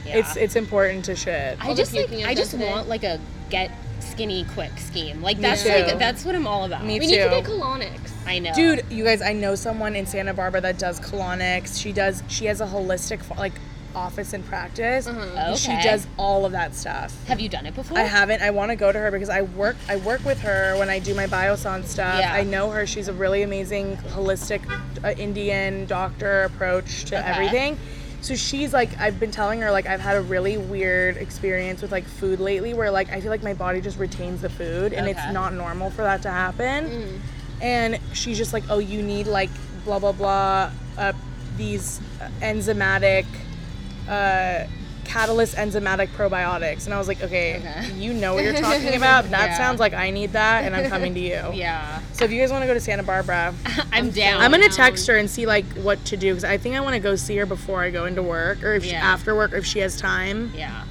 S2: Yeah.
S3: It's it's important to shit.
S2: I
S4: All the
S2: just like
S4: puking
S2: I
S4: I've
S2: just
S4: done today.
S2: want like a get skinny quick scheme. Like that's
S3: too.
S2: like that's what I'm all about.
S3: Me
S4: We need to
S3: too.
S4: get colonics.
S2: I know.
S3: Dude, you guys, I know someone in Santa Barbara that does colonics. She does she has a holistic fo- like office and practice. And She
S2: Uh-huh. Okay.
S3: does all of that stuff.
S2: have you done it before?
S3: I haven't. I want to go to her because I work. I work with her when I do my biosan stuff.
S2: Yeah.
S3: I know her. She's a really amazing holistic uh, Indian doctor approach to
S2: Okay.
S3: everything. so she's like I've been telling her like I've had a really weird experience with like food lately where like I feel like my body just retains the food and
S2: Okay. Mm.
S3: it's not normal for that to happen. And she's just like, "Oh, you need like blah blah blah uh, these uh, enzymatic uh catalyst enzymatic probiotics." And I was like, "Okay,
S2: Okay.
S3: you know what you're talking about. That
S2: Yeah.
S3: sounds like I need that and I'm coming to you."
S2: Yeah.
S3: So if you guys want to go to Santa Barbara,
S2: I'm down.
S3: I'm gonna
S4: down.
S3: text her and see like what to do because I think I want to go see her before I go into work or if she,
S2: Yeah.
S3: after work or if she has time.
S2: Yeah.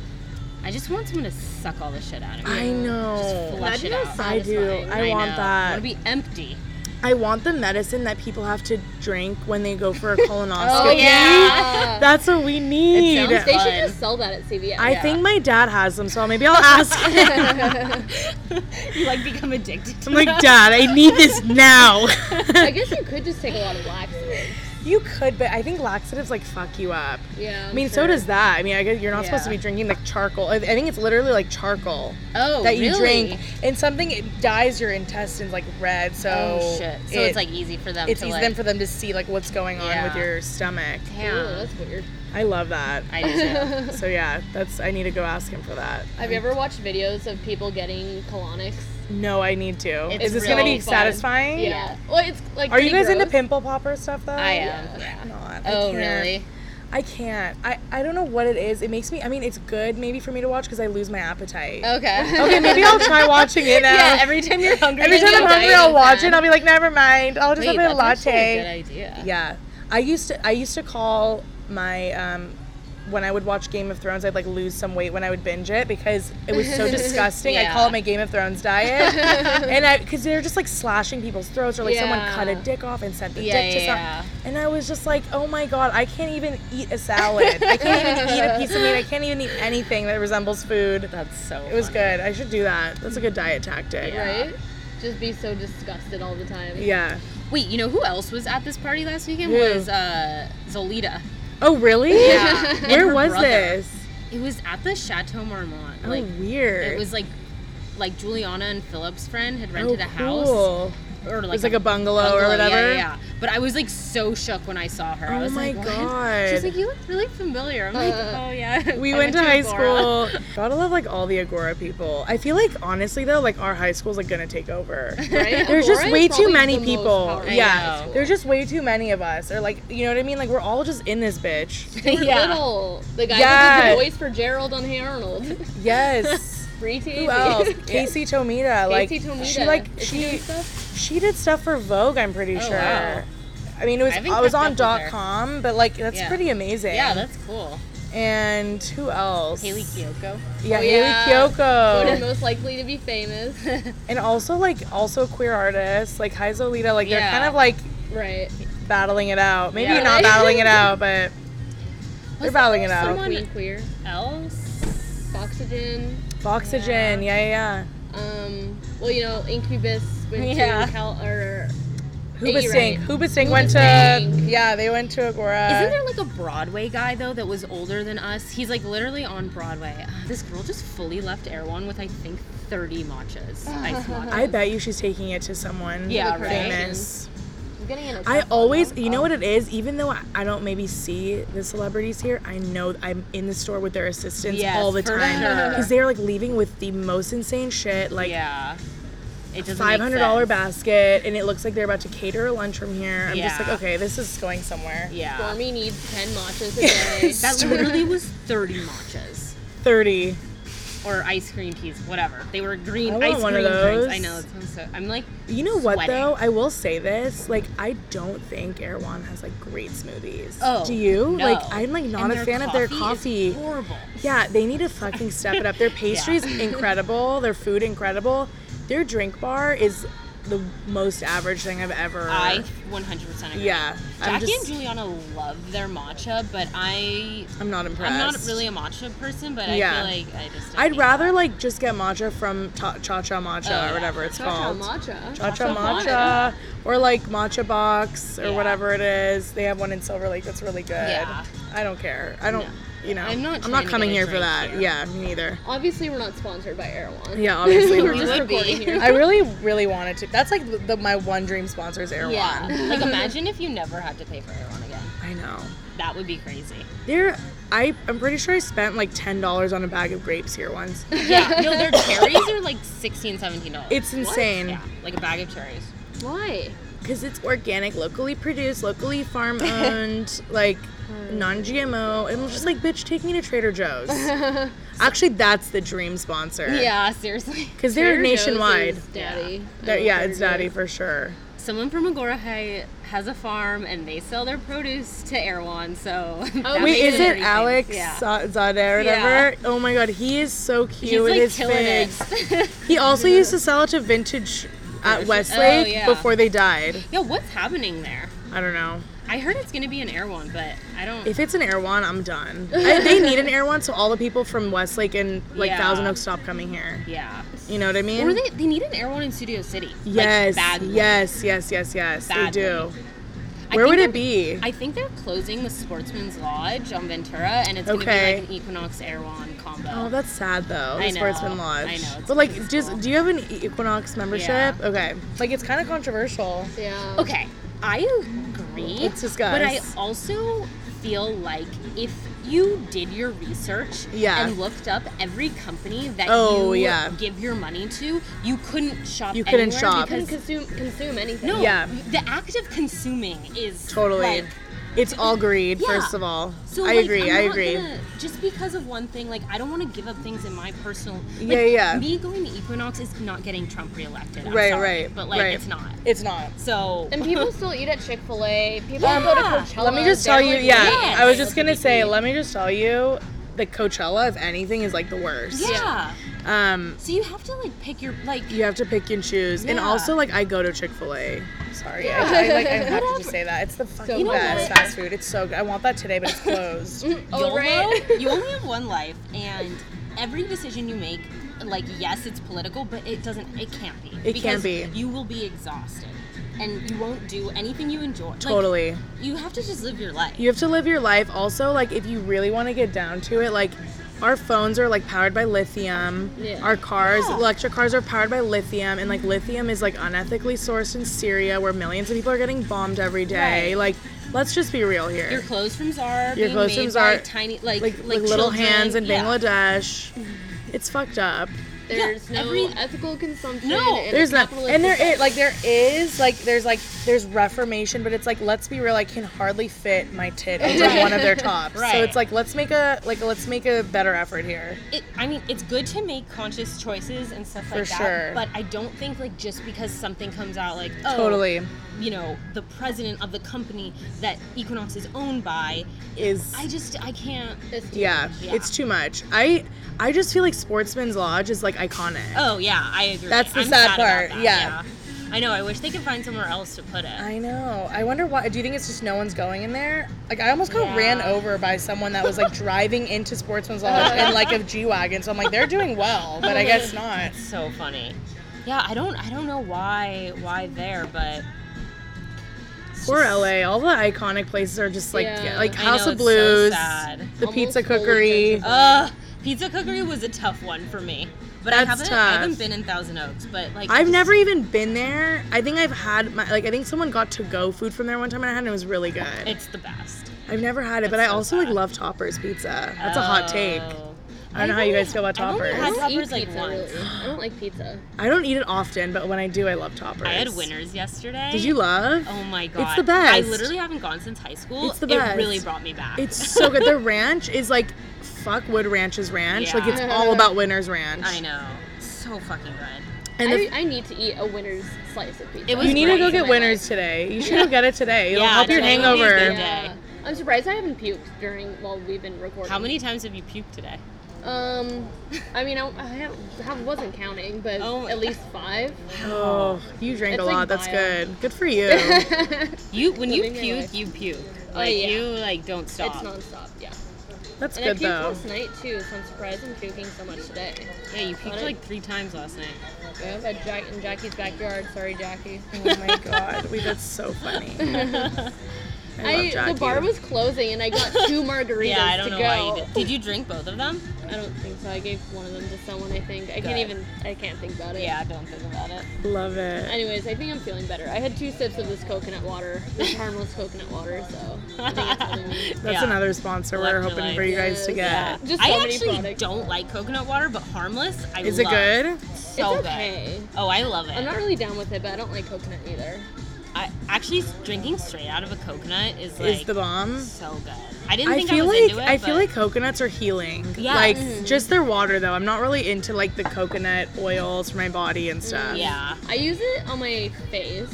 S2: I just want someone to suck all the shit out of me.
S3: I know.
S2: Just flush
S4: That'd
S2: it
S4: be
S2: out.
S4: so
S3: I do.
S4: satisfying.
S3: I want
S2: know. I
S3: that.
S2: want to be empty.
S3: I want the medicine that people have to drink when they go for a colonoscopy.
S2: Oh, yeah.
S3: That's what we need.
S2: sounds
S4: Uh, They
S2: fun.
S4: should just sell that at CVS.
S3: I think my dad has them, so maybe I'll ask him.
S2: you like become addicted to
S3: I'm like, Dad, I need this now.
S4: I guess you could just take a lot of laxatives.
S3: you could, but I think laxatives like fuck you up.
S4: Yeah.
S3: I mean, so does that. I mean, I guess you're not supposed to
S2: Yeah.
S3: be drinking like charcoal. I I think it's literally like charcoal.
S2: Oh,
S3: that you
S2: really?
S3: drink, and something it dyes your intestines like red. So
S2: Oh shit. So
S3: it-
S2: it's like easy for them
S3: it's
S2: to
S3: easy
S2: like
S3: then for them to see like what's going on with
S2: Yeah.
S3: your stomach.
S4: Ooh,
S2: Damn.
S4: that's weird.
S3: I love that.
S2: I do too.
S3: so yeah, that's I need to go ask him for that.
S4: Have you ever watched videos of people getting colonics?
S3: No, I need to.
S2: It's
S3: Is this gonna be
S2: really fun.
S3: satisfying?
S4: Well, it's like.
S3: Are you
S4: pretty
S3: guys into
S4: gross.
S3: pimple popper stuff though?
S2: I am. Yeah.
S3: I'm not. I
S2: Oh
S3: can't.
S2: really?
S3: I can't. I, I don't know what it is. It makes me. I mean, it's good maybe for me to watch because I lose my appetite.
S2: Okay.
S3: Okay, maybe I'll try watching it now.
S2: Oh. yeah. Every time you're hungry.
S3: Every
S2: then
S3: time I'm
S2: you'll
S3: hungry,
S2: diet
S3: I'll watch it.
S2: then.
S3: I'll be like, never mind. I'll just
S2: Wait,
S3: have a
S2: that's actually
S3: latte.
S2: A good idea.
S3: Yeah, I used to. I used to call my um, when I would watch Game of Thrones, I'd like lose some weight when I would binge it because it was so disgusting. I call
S2: Yeah.
S3: it my Game of Thrones diet, and I because they're just like slashing people's throats or like someone
S4: Yeah.
S3: cut a dick off and sent the
S2: Yeah,
S3: dick to
S2: yeah,
S3: some.
S2: yeah.
S3: And I was just like, oh my god, I can't even eat a salad. I can't even eat a piece of meat. I can't even eat anything that resembles food.
S2: That's so.
S3: It was good. I should do that. That's a good diet tactic.
S2: Yeah.
S4: Right? Just be so disgusted all the time.
S3: Yeah.
S2: Wait, you know who else was at this party last weekend?
S3: Who?
S2: Was uh, Zolita.
S3: Oh really?
S2: Yeah. And
S3: Where
S2: her
S3: was
S2: brother.
S3: this?
S2: It was at the Chateau Marmont. Like
S3: oh weird.
S2: it was like like Juliana and Philip's friend had rented a house
S3: Oh, cool.
S2: or like
S3: It's like a bungalow, or
S2: bungalow,
S3: whatever.
S2: Yeah, yeah, yeah. But I was like so shook when I saw her. I
S3: Oh
S2: was
S3: my
S2: like, what?
S3: god.
S2: She's like, you look really familiar. I'm like,
S4: Uh,
S2: oh yeah.
S3: we
S2: I
S3: went to high
S2: Agora."
S3: school. Gotta love like all the Agora people. I feel like honestly though, like our high school's like gonna take over.
S4: Right?
S3: There's
S4: Agora
S3: just
S4: is
S3: way too
S4: probably
S3: many
S4: the most
S3: people.
S4: powerful high
S3: Yeah.
S4: school.
S3: There's just way too many of us. Or like, you know what I mean? Like we're all just in this bitch.
S4: Stuart
S2: Yeah.
S4: Little, the guy
S3: Yeah.
S4: who did the voice for Gerald on Hey Arnold.
S3: Yes.
S4: Free TV.
S3: Who else? Casey Tomita. Like
S4: Casey Tomita.
S3: she like she
S4: Is she doing stuff?
S3: She did stuff for Vogue, I'm pretty
S2: Oh,
S3: sure.
S2: wow.
S3: I mean, it was
S2: I haven't
S3: I was
S2: kept up
S3: on
S2: with
S3: dot
S2: her.
S3: com, but like that's
S2: Yeah.
S3: pretty amazing.
S2: Yeah, that's cool.
S3: and who else?
S2: Haley Kyoko.
S3: Yeah,
S4: Oh,
S3: Haley
S4: yeah. Voted
S3: Kyoko.
S4: most likely to be famous.
S3: and also like also queer artists like Heizo Lita. Like they're
S2: Yeah.
S3: kind of like
S4: right.
S3: battling it out. Maybe
S2: Yeah.
S3: not battling it out, but they're
S2: Was
S3: battling it
S2: there
S3: out.
S2: someone-
S4: Queen queer.
S2: Else?
S4: Oxygen.
S3: Oxygen. Yeah, yeah.
S4: Um, well, you know, Incubus went
S2: Yeah.
S4: to Cal or.
S3: yeah.
S4: Yeah,
S3: Hooba
S4: you're
S3: Sink.
S4: right.
S3: Hooba Sink went to
S4: Hoobastank.
S3: yeah. They went to Agora.
S2: Isn't there like a Broadway guy though that was older than us? He's like literally on Broadway. Ugh, This girl just fully left Erewhon with I think 30 matchas, ice matchas.
S3: I bet you she's taking it to someone
S2: Yeah, right.
S3: famous.
S4: I'm getting in a
S3: I
S4: tough one,
S3: always,
S4: huh?
S3: you know what it is. Even though I, I don't maybe see the celebrities here, I know I'm in the store with their assistants
S2: Yes,
S3: all the
S2: for
S3: time
S2: sure.
S3: because they're like leaving with the most insane shit. Like
S2: yeah. It doesn't
S3: five hundred dollar
S2: back.
S3: basket, and it looks like they're about to cater a lunch from here. I'm just
S2: Yeah.
S3: like, okay, this is going somewhere.
S2: Yeah.
S4: Stormy needs 10 matchas a day.
S2: That literally was 30 matchas
S3: Thirty.
S2: or ice cream teas, whatever. They were green
S3: I want
S2: ice
S3: one of
S2: cream drinks. I
S3: those.
S2: know. It sounds so. I'm like,
S3: You know what
S2: Sweating.
S3: though? I will say this. Like, I don't think Erewhon has like great smoothies.
S2: oh.
S3: do you? Like,
S2: no.
S3: I'm like not
S2: And
S3: a fan of their coffee.
S2: Is horrible.
S3: Yeah, they need to fucking step it up. Their pastries incredible, their food incredible. Their drink bar is the most average thing I've ever.
S2: I 100% agree.
S3: Uh, yeah, I'm
S2: Jackie
S3: just
S2: and Juliana love their matcha, but I.
S3: I'm not impressed.
S2: I'm not really a matcha person, but I
S3: Yeah.
S2: feel like I just. don't
S3: I'd
S2: need
S3: rather
S2: that.
S3: like just get matcha from Ta- Cha Cha Matcha
S2: Oh,
S3: or
S2: yeah.
S3: whatever it's
S4: Cha-cha
S3: called.
S4: matcha.
S3: Cha Cha
S2: Cha-Cha
S3: Matcha or like Matcha Box or
S2: Yeah.
S3: whatever it is. They have one in Silver Lake that's really good.
S2: Yeah.
S3: I don't care. I don't. you know,
S2: I'm not
S3: I'm not
S2: trying to
S3: coming
S2: get a
S3: here for
S2: drink
S3: that.
S2: here.
S3: Yeah, me neither.
S4: Obviously, we're not sponsored by Erewhon.
S3: Yeah, obviously
S4: we're
S3: not.
S4: just
S2: We would be.
S4: recording here.
S3: I really, really wanted to. That's like the, the, my one dream sponsor is Erewhon.
S2: Yeah. like imagine if you never had to pay for Aeron again.
S3: I know.
S2: That would be crazy.
S3: There, I, I'm pretty sure I spent like ten dollars on a bag of grapes here once.
S2: Yeah. No, their cherries are like 16 dollars.
S3: It's insane.
S2: Yeah. Like a bag of cherries.
S4: Why?
S3: because it's organic, locally produced, locally farm owned, like non-GMO, and I'm just like, bitch, take me to Trader Joe's. Actually, that's the dream sponsor.
S2: Yeah, seriously.
S3: because they're
S4: Trader Joe's
S3: nationwide.
S4: is Daddy. I
S3: They're-
S4: love
S3: yeah,
S4: Trader
S3: it's daddy
S4: Joe's.
S3: for sure.
S2: Someone from Agora High has a farm and they sell their produce to Erewhon, so that
S4: Wait,
S3: Wait,
S2: makes
S3: Oh, is it
S2: pretty
S3: Alex
S2: famous. Yeah.
S3: Sa- Zadeh or
S2: Yeah.
S3: whatever? Oh my god, he is so cute
S2: He's
S3: with
S2: like
S3: his
S2: killing
S3: figs.
S2: it. Oh,
S3: He also used to sell it to Vintage at Westlake
S2: yeah.
S3: before they died.
S2: Yo, what's happening there?
S3: I don't know.
S2: I heard it's gonna be an Erewhon, but I don't.
S3: If it's an Erewhon, I'm done. I, they need an Erewhon so all the people from Westlake and like
S2: Yeah.
S3: Thousand Oaks stop coming here.
S2: yeah.
S3: You know what I mean?
S2: Or they they need an Erewhon in Studio City. Like,
S3: yes,
S2: badly.
S3: yes, yes, yes, yes.
S2: Badly.
S3: They do.
S2: I
S3: Where
S2: think
S3: would it
S2: they're-
S3: be?
S2: I think they're closing the Sportsman's Lodge on Ventura, and it's gonna
S3: Okay.
S2: be like an Equinox Erewhon combo.
S3: Oh, that's sad though. The
S2: I know,
S3: Sportsman Lodge.
S2: I know, it's
S3: But like,
S2: pretty
S3: just
S2: small.
S3: do you have an Equinox membership?
S2: Yeah.
S3: Okay. Like, it's kind of controversial.
S4: Yeah.
S2: Okay, I agree.
S3: Let's discuss.
S2: But I also feel like if you did your research
S3: Yeah.
S2: and looked up every company that
S3: Oh,
S2: you
S3: yeah.
S2: give your money to, you couldn't shop.
S3: You couldn't
S2: anywhere
S3: shop.
S4: Couldn't
S2: because
S4: consume consume anything.
S2: no,
S3: Yeah.
S2: the act of consuming is
S3: Totally.
S2: like,
S3: it's all greed,
S2: Yeah.
S3: first of all.
S2: So
S3: I
S2: like,
S3: agree.
S2: I'm
S3: I
S2: not
S3: agree.
S2: gonna- just because of one thing, like I don't want to give up things in my personal. Like,
S3: Yeah, yeah.
S2: Me going to Equinox is not getting Trump reelected. I'm
S3: right,
S2: sorry,
S3: right.
S2: But like,
S3: right.
S2: it's not.
S3: It's not.
S2: So
S4: And people still eat at Chick Fil A. People go to
S2: Yeah.
S4: Coachella.
S3: Let me just
S4: They're,
S3: tell you,
S4: like,
S3: yeah.
S2: Yes.
S4: really-
S3: I was just gonna
S2: Like,
S3: say,
S2: LGBT.
S3: let me just tell you, the Coachella, if anything, is like the worst.
S2: yeah.
S3: Um,
S2: So you have to like pick your like.
S3: you have to pick and choose, and
S2: Yeah.
S3: also like I go to Chick Fil A. Sorry, I, I, like I have to just say that it's the fucking
S4: You know
S3: best
S4: what?
S3: fast food. It's so good. I want that today, but it's closed.
S4: Oh,
S2: YOLO,
S4: right.
S2: you only have one life, and every decision you make, like yes, it's political, but it doesn't. It can't be.
S3: It
S2: because
S3: can't be.
S2: You will be exhausted, and you won't do anything you enjoy. Like,
S3: totally.
S2: you have to just live your life.
S3: You have to live your life. Also, like if you really want to get down to it, like our phones are like powered by lithium.
S4: Yeah.
S3: Our cars,
S2: Yeah.
S3: electric cars, are powered by lithium, and like lithium is like unethically sourced in Syria, where millions of people are getting bombed every day.
S2: Right.
S3: Like, let's just be real here.
S2: Your clothes from Zara. are
S3: Your
S2: being
S3: clothes
S2: made
S3: from
S2: by
S3: Zara-
S2: Tiny, like
S3: like, like,
S2: like
S3: little
S2: children.
S3: hands in
S2: Yeah.
S3: Bangladesh. It's fucked up.
S4: There's no
S2: every-
S4: ethical consumption.
S2: No.
S4: and
S3: There's
S4: a
S3: not,
S4: capitalist
S3: and there
S4: society.
S3: is like there is like there's like there's reformation, but it's like let's be real, I can hardly fit my tit over one of their tops. So
S2: Right.
S3: it's like let's make a like let's make a better effort here.
S2: It, I mean, it's good to make conscious choices and stuff like
S3: For
S2: that.
S3: sure.
S2: But I don't think like just because something comes out like oh,
S3: Totally
S2: you know, the president of the company that Equinox is owned by.
S3: is
S2: I just I can't.
S4: It's too
S3: yeah,
S2: yeah.
S3: it's too much. I I just feel like Sportsman's Lodge is like iconic.
S2: Oh yeah, I agree.
S3: That's the
S2: I'm
S3: sad
S2: about
S3: part,
S2: that,
S3: yeah.
S2: I know. I wish they could find somewhere else to put it.
S3: I know. I wonder why. Do you think it's just no one's going in there? Like I almost got
S2: Yeah.
S3: ran over by someone that was like driving into Sportsman's Lodge in like a G wagon. So I'm like, they're doing well, but I guess not.
S2: It's so funny. Yeah, I don't I don't know why why there, but it's
S3: Poor
S2: just-
S3: LA. All the iconic places are just like
S4: Yeah.
S3: yeah, like
S2: I
S3: House
S2: know,
S3: of
S2: it's so
S3: Blues,
S2: sad.
S3: the
S4: Almost
S3: Pizza
S4: fully
S3: Cookery.
S4: gentrified.
S2: Uh, pizza cookery was a tough one for me. But I
S3: That's
S2: haven't
S3: tough.
S2: I haven't been in Thousand Oaks, but like
S3: I've never even been there. I think I've had my like I think someone got to go food from there one time and I had it, and it was really good.
S2: it's the best.
S3: I've never had it, but I
S2: That's so
S3: also like
S2: bad.
S3: love Toppers pizza. That's a hot take.
S2: Oh.
S3: I don't know how
S2: I've
S3: you
S2: only-
S3: guys feel about
S2: I've only
S3: Toppers.
S2: had
S4: I don't eat
S2: Toppers, like,
S4: pizza,
S2: once.
S4: really. I don't like pizza.
S3: I don't eat it often, but when I do, I love Toppers.
S2: I had winners yesterday.
S3: Did you love?
S2: Oh my god.
S3: the
S2: I
S3: best.
S2: literally haven't gone since high school.
S3: It's the
S2: It really
S3: best.
S2: brought me back.
S3: It's so good. The ranch is like fuck Wood Ranch's ranch. Like it's
S4: Yeah.
S3: all about Winners Ranch.
S2: I know. So fucking good.
S3: And the
S4: I, I need to eat a winner's slice of pizza.
S2: It was
S3: You need to go
S2: great.
S3: get winners today. You should go get it today. It'll
S2: Yeah,
S3: help your
S2: today would be a
S3: hangover.
S2: good day.
S4: Yeah. I'm surprised I haven't puked during while we've been recording.
S2: How many times have you puked today?
S4: Um, I mean, I, I have, have- wasn't counting, but
S2: Oh my-
S4: at least five.
S3: Oh, you drank
S4: It's
S3: a
S4: like
S3: lot. That's
S4: bile.
S3: good. Good for you.
S2: You when you
S4: Living
S2: puke,
S4: your life.
S2: you puke.
S3: Oh,
S2: Like
S4: yeah.
S2: you like don't stop.
S4: It's nonstop, yeah.
S3: That's
S4: And I
S3: good
S4: puked
S3: though.
S4: last night too, so I'm surprised I'm puking so much today.
S2: yeah, you
S4: But
S2: puked
S4: I-
S2: like three times last night.
S4: Yeah, at Jack in Jackie's backyard. Sorry, Jackie.
S3: Oh my god, we that's so funny. I, love
S4: I,
S3: Jackie.
S4: the bar was closing and I got two margaritas
S2: Yeah, I don't
S4: to
S2: know
S4: go.
S2: why you did. Did you drink both of them?
S4: I don't think so. I gave one of them to someone. I think I
S2: Good.
S4: can't even. I can't think about it.
S2: Yeah, don't think about it.
S3: Love it.
S4: Anyways, I think I'm feeling better. I had two sips of this coconut water, this harmless coconut water, so I think it's helping me.
S3: That's
S2: Yeah.
S3: another sponsor we're hoping
S2: Electrolyte.
S3: for you guys to get.
S4: Yes. Just so
S2: I
S4: many
S2: actually
S4: products.
S2: don't like coconut water, but harmless. I
S3: Is it
S2: love.
S3: good?
S2: So
S4: it's okay.
S2: good. Oh, I love it.
S4: I'm not really down with it, but I don't like coconut either.
S2: I actually s- drinking straight out of a coconut is like
S3: Is the bomb?
S2: so good. I didn't
S3: I
S2: think
S3: feel
S2: I was
S3: like
S2: into it.
S3: I feel
S2: but-
S3: like coconuts are healing.
S2: Yeah.
S3: Like
S2: Mhm.
S3: just their water though. I'm not really into like the coconut oils for my body and stuff.
S2: yeah.
S4: I use it on my face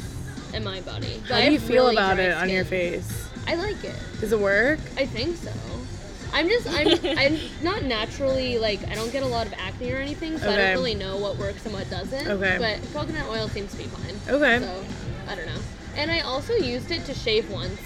S4: and my body. but
S3: How
S4: I
S3: do you
S4: have
S3: feel
S4: really
S3: about
S4: dry
S3: it on your
S4: skin.
S3: face?
S4: I like it.
S3: Does it work?
S4: I think so. I'm just I'm I'm not naturally like I don't get a lot of acne or anything, so I
S3: Okay.
S4: don't really know what works and what doesn't.
S3: Okay.
S4: But coconut oil seems to be fine.
S3: Okay.
S4: So I don't know. And I also used it to shave once.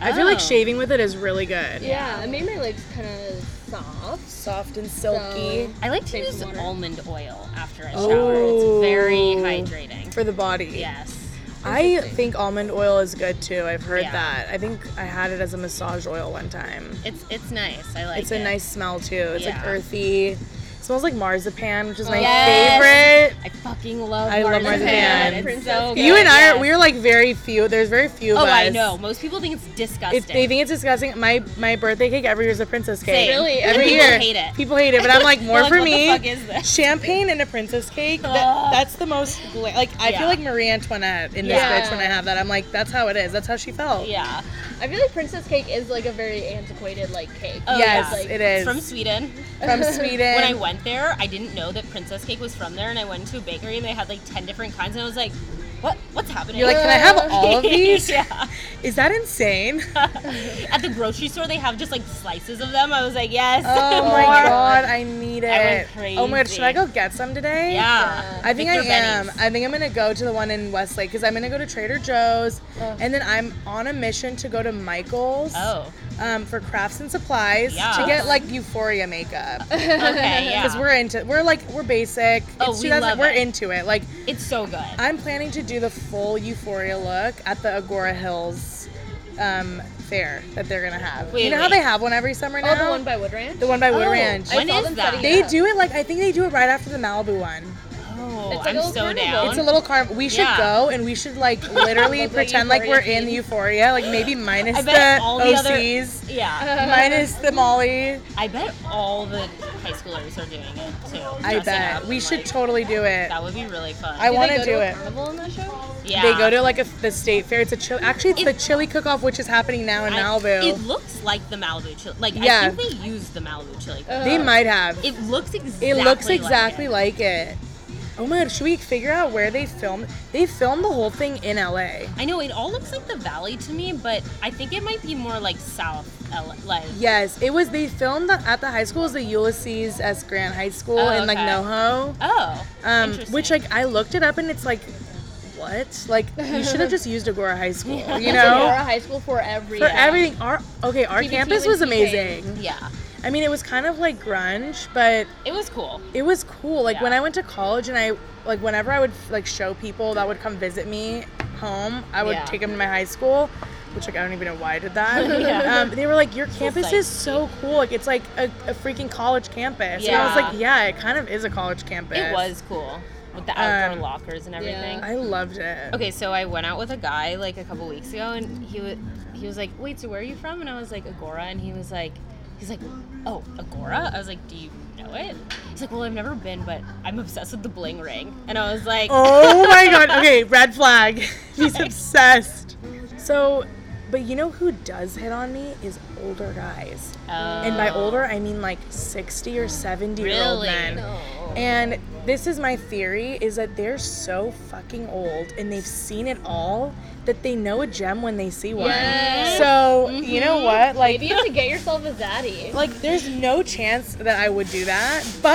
S3: I feel like
S2: Oh.
S3: shaving with it is really good.
S4: Yeah, it made my legs kind of soft.
S3: Soft and
S4: silky.
S2: I like to
S4: Save
S2: use
S4: some water.
S2: almond oil after a shower.
S3: Oh.
S2: It's very hydrating.
S3: for the body.
S2: yes.
S3: I think almond oil is good too. I've heard
S2: Yeah.
S3: that. I think I had it as a massage oil one time.
S2: It's it's nice. I like
S3: it's
S2: it.
S3: a nice smell too. It's
S2: Yeah.
S3: like earthy. It smells like marzipan, which is my
S2: Yes.
S3: favorite.
S2: I fucking love
S3: I love marzipan.
S2: It's so good.
S3: You and I
S2: yes.
S3: are we are like very few. There's very few of
S2: Oh,
S3: us.
S2: I know. Most people think it's disgusting.
S3: It, they think it's disgusting. My my birthday cake every year is a princess cake.
S2: Same.
S4: Really?
S3: Every
S2: People
S3: year.
S2: hate it.
S3: People hate it, but I'm like more
S2: like,
S3: for
S2: "What the
S3: me.
S2: fuck is this?"
S3: Champagne and a princess cake. that-
S2: Ugh.
S3: that's the most gla- like I
S2: Yeah.
S3: feel like Marie Antoinette in this
S4: Yeah.
S3: bitch when I have that. I'm like that's how it is. That's how she felt.
S2: yeah.
S4: I feel like princess cake is like a very antiquated like cake.
S2: Oh,
S3: yes,
S2: yeah.
S4: Like,
S3: it is.
S2: It's from Sweden.
S3: From Sweden.
S2: When I went there, I didn't know that princess cake was from there, and I went into a bakery and they had like ten different kinds, and I was like, "What? What's happening?"
S3: You're like, can I have all of these?
S2: yeah.
S3: Is that insane?
S2: At the grocery store, they have just like slices of them. I was like, "Yes."
S3: Oh my
S2: more."
S3: god, I need it.
S2: went
S3: Oh my god,
S2: crazy.
S3: should I go get some today?
S2: Yeah.
S3: I think
S2: Victor
S3: I am.
S2: Benny's.
S3: I think I'm gonna go to the one in Westlake because I'm gonna go to Trader Joe's,
S4: Ugh.
S3: and then I'm on a mission to go to Michael's
S2: Oh.
S3: um, for crafts and supplies
S2: Yeah.
S3: to get like Euphoria makeup because
S2: Okay. Yeah.
S3: we're into we're like we're basic.
S2: Oh,
S3: It's
S2: we
S3: 2000
S2: love
S3: We're
S2: it.
S3: into it. Like
S2: it's so good.
S3: I'm planning to do the full Euphoria look at the Agora Hills um, fair that they're gonna have.
S2: Wait,
S3: you know how
S2: wait.
S3: they have one every summer now.
S4: Oh, the one by Wood Ranch.
S3: the one by Wood
S4: Oh,
S3: Ranch.
S4: I
S2: When
S4: saw
S2: is
S4: them
S2: that?
S4: setting
S3: They
S4: it up.
S3: do it like I think they do it right after the Malibu one.
S2: oh,
S4: It's like
S2: I'm
S4: old
S2: so
S4: carnival.
S2: down.
S3: It's a little car. We should
S2: Yeah.
S3: go and we should like literally
S4: Look like
S3: pretend like we're
S4: Euphoria
S3: in the Euphoria, like maybe minus
S2: I
S3: the
S2: bet all the other-
S3: OCs,
S2: yeah.
S3: minus the Molly.
S2: I bet all the high schoolers are doing it too.
S3: I
S2: dressing up
S3: bet we
S2: and,
S3: should
S2: like,
S3: totally do it.
S2: that would be really fun.
S3: I
S4: Do they
S3: want to
S4: go
S3: do
S4: a
S3: it.
S4: Carnival in that show.
S2: yeah.
S3: They go to like a, the state fair. It's a chili. Actually, it's the chili cook-off, which is happening now in
S2: I-
S3: Malibu.
S2: It looks like the Malibu chili. Like
S3: Yeah.
S2: I think they used the Malibu chili.
S4: Uh,
S3: they might have. It,
S2: it looks exactly.
S3: looks
S2: like
S3: exactly
S2: it.
S3: like it. Oh my god! Should we figure out where they filmed? They filmed the whole thing in LA.
S2: I know it all looks like the valley to me, but I think it might be more like South LA. Like
S3: Yes, it was. They filmed that at the high school. It was the Ulysses S. Grant High School
S2: Oh,
S3: in like
S2: okay.
S3: NoHo.
S2: oh,
S3: Um,
S2: interesting.
S3: which like I looked it up and it's like, what? Like you should have just used Agora High School, you
S4: Aurora
S3: know,
S4: High School for every.
S3: for everything. Our okay, our
S4: TBT
S3: campus
S4: when
S3: was
S4: she came.
S3: amazing.
S2: yeah,
S3: I mean, it was kind of like grunge, but
S2: it was cool.
S3: it was cool. Like when
S2: Yeah.
S3: I went to college and I like whenever I would like show people that would come visit me home, I would
S2: Yeah.
S3: take them to my high school, which like I don't even know why I did that.
S2: Yeah.
S3: um, they were like, "Your campus is
S2: sightsee.
S3: so cool. Like it's like a, a freaking college campus." And I was
S2: Yeah.
S3: like, "Yeah, it kind of is a college campus."
S2: It was cool with the outdoor
S3: Um,
S2: lockers and everything.
S3: I loved it.
S2: Okay, so I went out with a guy like a couple weeks ago, and he was he was like, "Wait, so where are you from?" And I was like, "Agora," and he was like, "He's like, oh, Agora." I was like, "Do you know it?" He's like, "Well, I've never been, but I'm obsessed with the bling ring," and I was like,
S3: Oh my god. Okay, red flag. He's obsessed. So, but you know who does hit on me is older guys. And by
S2: "Oh."
S3: older, I mean like 60 or 70 year old
S2: Really?
S3: men. And this is my theory is that they're so fucking old and they've seen it all that they know a gem when they see one.
S4: Yes.
S3: So, you know what? Like
S4: Maybe you have to get yourself a zaddy.
S3: like there's no chance that I would do that, but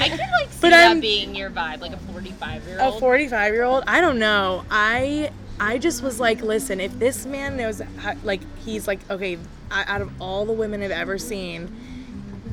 S2: I could like see
S3: But
S2: that
S3: I'm-
S2: being your vibe, like a 45 year
S3: a
S2: old.
S3: 45 year old i don't know i i just was like listen if this man knows how, like he's like okay I, out of all the women i've ever seen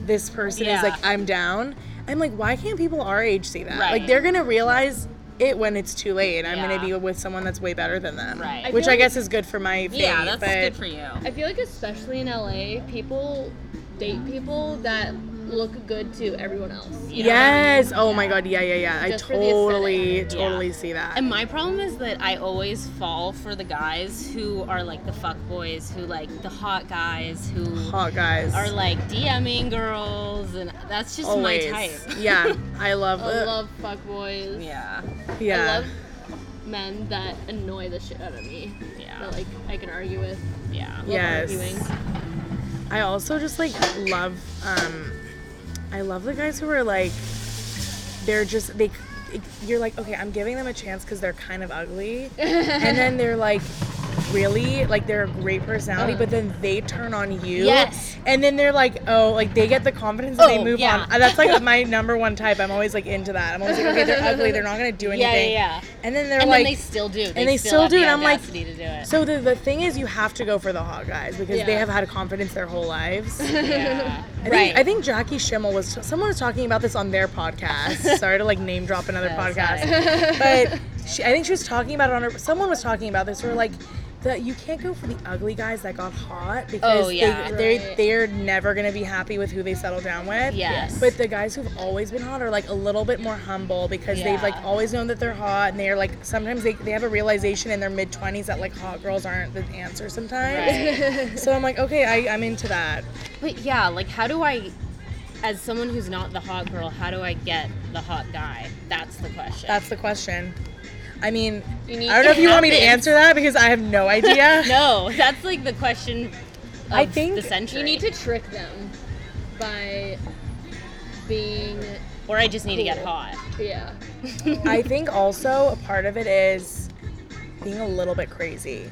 S3: this person
S2: Yeah.
S3: is like i'm down i'm like why can't people our age see that like
S2: Right.
S3: they're gonna realize it when it's too late. I'm gonna
S2: Yeah.
S3: be with someone that's way better than them.
S2: Right. I
S3: Which
S4: feel
S3: I guess is good for my fate,
S2: Yeah, that's
S3: but
S2: good for you.
S4: I feel like especially in LA, people date people that look good to everyone else.
S2: you know?
S3: Yes. Oh my god. Yeah, yeah, yeah.
S4: Just
S3: I
S4: for the
S3: totally,
S2: Yeah.
S3: totally see that.
S2: And my problem is that I always fall for the guys who are like the fuck boys, who like the hot guys who
S3: Hot guys.
S2: are like DMing girls, and that's just
S3: Always.
S2: my type.
S3: yeah. I love.
S4: I
S3: it.
S4: love fuckboys.
S2: Yeah.
S3: Uh, yeah.
S4: I love men that annoy the shit out of me.
S2: Yeah.
S4: That like I can argue with.
S2: Yeah.
S4: Love
S3: Yes.
S4: Arguing.
S3: I also just like love um I love the guys who are like they're just they you're like okay, I'm giving them a chance cuz they're kind of ugly. and then they're like really like they're a great personality, but then they turn on you.
S4: Yes.
S3: And then they're like, "Oh, like they get the confidence and they
S2: Oh,
S3: move
S2: yeah.
S3: on." Uh, That's like my number one type. I'm always like into that. I'm always like, "Okay, they're ugly. They're not going to do
S2: Yeah,
S3: anything."
S2: yeah, yeah.
S3: And then they're
S2: And
S3: like
S2: then they still do. They
S3: and they
S2: still,
S3: still
S2: have
S3: do,
S2: the
S3: and I'm like-
S2: audacity to do it.
S3: So the, the thing is you have to go for the hot guys because they
S4: Yeah.
S3: have had confidence their whole lives.
S2: yeah.
S3: I think,
S2: right.
S3: I think Jackie Schimmel was someone was talking about this on their podcast. Sorry to like name drop another
S2: No, it's
S3: podcast, but she, I think she was talking about it on her. Someone was talking about this. Where like the you can't go for the ugly guys that got hot because
S2: Oh, yeah.
S3: they they
S4: Right.
S3: they're never gonna be happy with who they settle down with.
S2: Yes.
S3: But the guys who've always been hot are like a little bit more humble because they've like
S2: Yeah.
S3: always known that they're hot and they're like sometimes they, they have a realization in their mid twenties that like hot girls aren't the answer sometimes.
S2: Right.
S3: So I'm like, okay, I, I'm into that.
S2: But yeah, like how do I, as someone who's not the hot girl, how do I get the hot guy? That's the question.
S3: That's the question. I mean,
S4: You need
S3: I don't know
S4: it
S3: if you want me to
S2: happens.
S3: answer that because I have no idea.
S2: no, that's like the question. Of
S3: I think
S2: the century.
S4: You need to trick them by being
S2: or I just need to get
S4: Cool.
S2: hot.
S4: yeah.
S3: I think also a part of it is being a little bit crazy.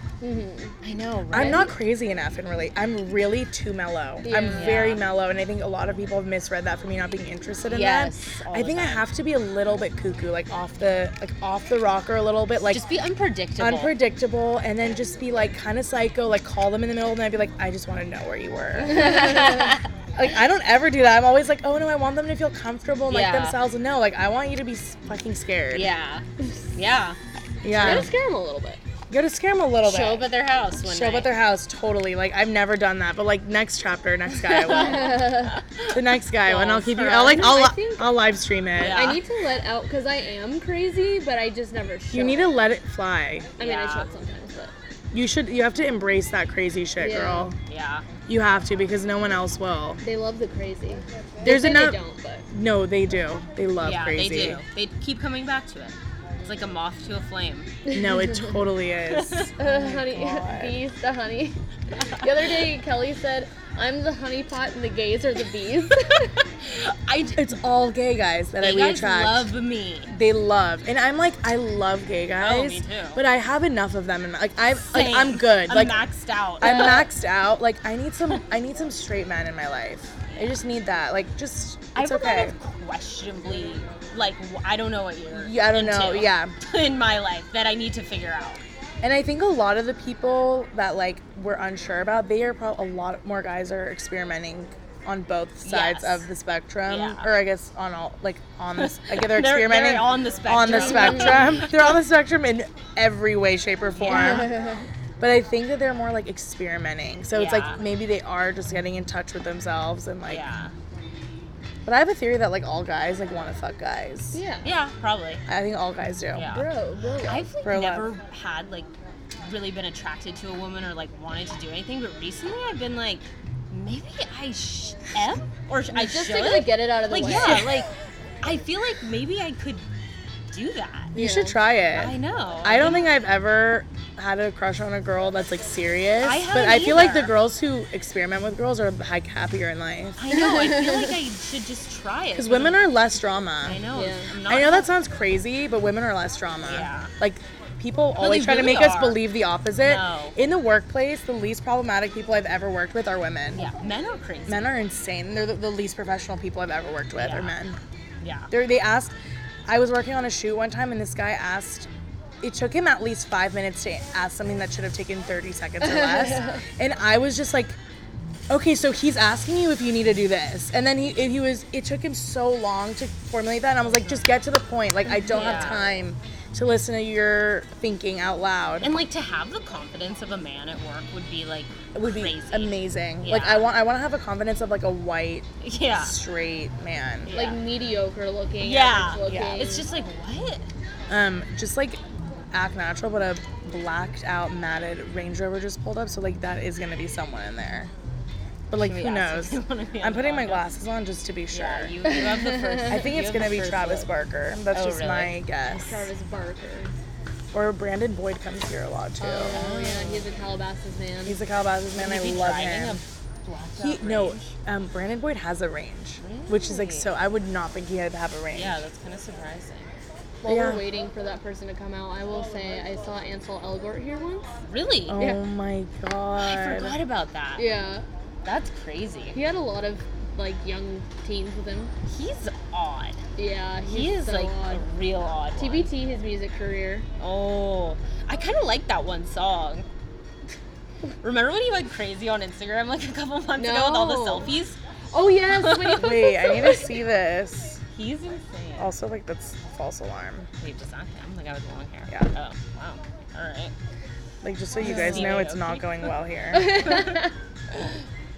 S2: I know,
S3: I'm not crazy enough and really I'm really too mellow. I'm
S4: Yeah.
S3: very mellow and I think a lot of people have misread that for me not being interested in
S2: Yes,
S3: that.
S2: all
S3: I
S2: the
S3: think I
S2: time.
S3: have to be a little bit cuckoo, like off the like off the rocker a little bit, like
S2: just be unpredictable.
S3: unpredictable and then just be like kind of psycho like call them in the middle of the night be like i just want to know where you were like i don't ever do that i'm always like oh no i want them to feel comfortable and like
S2: Yeah.
S3: themselves and no like i want you to be s- fucking scared
S2: yeah, yeah.
S4: Try
S3: yeah
S4: to scare them a little bit.
S3: go to scare them a little
S2: Show up
S3: bit
S2: at their house. One
S3: show up
S2: night.
S3: at their house totally like i've never done that but like next chapter next guy i will the next guy and i'll keep you i'll like
S4: I
S3: i'll,
S4: think-
S3: I'll live stream it
S2: Yeah.
S4: I need to let out because I am crazy, but I just never show.
S3: you need
S4: it.
S3: to let it fly
S4: I mean, I
S2: Yeah.
S4: show it sometimes, but
S3: you should you have to embrace that crazy shit
S4: Yeah.
S3: girl
S2: Yeah,
S3: you have to because no one else will
S4: they love the crazy.
S3: There's
S4: they say
S3: enough-
S4: They don't, but
S3: No, they do. They love
S2: yeah.
S3: crazy.
S2: They do. They keep coming back to it. It's like a moth to a flame.
S3: No, it totally is.
S2: Oh
S4: Uh, honey,
S3: God.
S4: bees the honey. The other day, Kelly said, "I'm the honey pot, and the gays are the bees."
S2: I d-
S3: It's all gay guys that I
S2: you
S3: we
S2: guys
S3: attract.
S2: love me.
S3: they love, and I'm like, I love gay guys.
S2: Oh, me too.
S3: But I have enough of them, and like I'm, like
S2: Same.
S3: I'm good.
S2: I'm
S3: like
S2: maxed out.
S3: I'm maxed out. Like I need some, I need some straight men in my life. I just need that. Like just,
S2: I
S3: it's
S2: have
S3: okay.
S2: kind of questionably, like wh- I don't know what you're.
S3: Yeah, I don't know,
S2: into
S3: yeah.
S2: In my life, that I need to figure out.
S3: And I think a lot of the people that like we're unsure about, they are probably a lot more guys are experimenting on both sides
S2: Yes.
S3: of the spectrum,
S2: Yeah.
S3: or I guess on all like on this like they're
S2: They're- they're
S3: experimenting
S2: on the
S3: on the
S2: spectrum.
S3: spectrum. they're on the spectrum in every way, shape, or form. But I think that they're more like experimenting, so it's
S2: Yeah.
S3: like maybe they are just getting in touch with themselves and like.
S2: Yeah,
S3: But I have a theory that like all guys like want to fuck guys.
S4: yeah.
S2: yeah, probably.
S3: I think all guys do.
S2: Yeah,
S4: Bro, bro.
S2: I've like
S3: Bro love.
S2: never had like really been attracted to a woman or like wanted to do anything, but recently I've been like, maybe I sh- am or sh- I
S4: just
S2: should.
S4: to like get it out of the
S2: Like,
S4: way.
S2: yeah, like I feel like maybe I could do that.
S3: You should try it.
S2: I know.
S3: I don't think I've ever had a crush on a girl that's like serious.
S2: I
S3: but
S2: haven't
S3: I feel like the
S2: either.
S3: girls who experiment with girls are like happier in life.
S2: I know. I feel like I should just try it.
S3: Because women are less drama.
S2: I know.
S4: Yeah.
S2: I'm not
S3: I know that sounds crazy, but women are less drama.
S2: Yeah.
S3: Like people always try to
S2: really
S3: make us
S2: are.
S3: believe the opposite.
S2: No.
S3: In the workplace, the least problematic people I've ever worked with are women.
S2: Yeah, men are crazy.
S3: Men are insane. They're the, the least professional people I've ever worked with. Are
S2: Yeah.
S3: men.
S2: yeah.
S3: They're, they asked. I was working on a shoot one time, and this guy asked. It took him at least five minutes to ask something that should have taken 30 seconds or less. and I was just like, okay, so he's asking you if you need to do this, and then he if he was. It took him so long to formulate that, and I was like, just get to the point. Like I don't have
S2: Yeah.
S3: time to listen to your thinking out loud.
S2: And like to have the confidence of a man at work would be like
S3: it would be
S2: crazy.
S3: amazing.
S2: Yeah.
S3: Like I want, I want to have a confidence of like a white,
S2: Yeah.
S3: straight man.
S2: Yeah.
S4: Like mediocre looking.
S2: Yeah.
S4: average Looking.
S3: Yeah.
S2: It's just like what?
S3: Um, just like act natural, but a blacked out, matted Range Rover just pulled up, so like that is gonna be someone in there. But like,
S2: Should we
S3: who
S2: ask if
S3: knows?
S2: they wanna be on
S3: I'm
S2: the
S3: putting my
S2: podcast?
S3: glasses on just to be sure.
S2: Yeah, you, you have the first.
S3: I think
S2: you
S3: it's
S2: have the
S3: gonna be
S2: first
S3: Travis
S2: look.
S3: Barker. That's
S2: Oh,
S3: just
S2: really?
S3: my guess.
S4: Travis Barker.
S3: Or Brandon Boyd comes here a lot too.
S4: Oh yeah, he's a Calabasas man.
S3: He's a Calabasas man. I
S2: Is he
S3: love
S2: driving
S3: him.
S2: a blacked
S3: He
S2: out
S3: no,
S2: Range?
S3: um, Brandon Boyd has a range, which is like
S2: Really?
S3: so. I would not think he had to have a range.
S2: Yeah, that's kind of surprising.
S4: While
S3: yeah.
S4: we're waiting for that person to come out, I will say I saw Ansel Elgort here once.
S2: Really?
S3: Oh
S4: Yeah.
S3: my god.
S2: I forgot about that.
S4: Yeah.
S2: That's crazy.
S4: He had a lot of like young teens with him.
S2: He's odd.
S4: Yeah, he's
S2: He is
S4: so
S2: like
S4: odd.
S2: a real odd. one.
S4: TBT his music career.
S2: Oh, I kind of like that one song. Remember when he went crazy on Instagram like a couple months ago with all the
S4: No.
S2: selfies?
S4: Oh yes, when he posted
S3: Wait, I need to
S4: so-
S3: see this.
S2: He's insane.
S3: Also, like that's false alarm.
S2: Wait, just not him. The guy with the long hair.
S3: Yeah.
S2: Oh, wow. All right.
S3: Like just so you guys know, it's not going well here.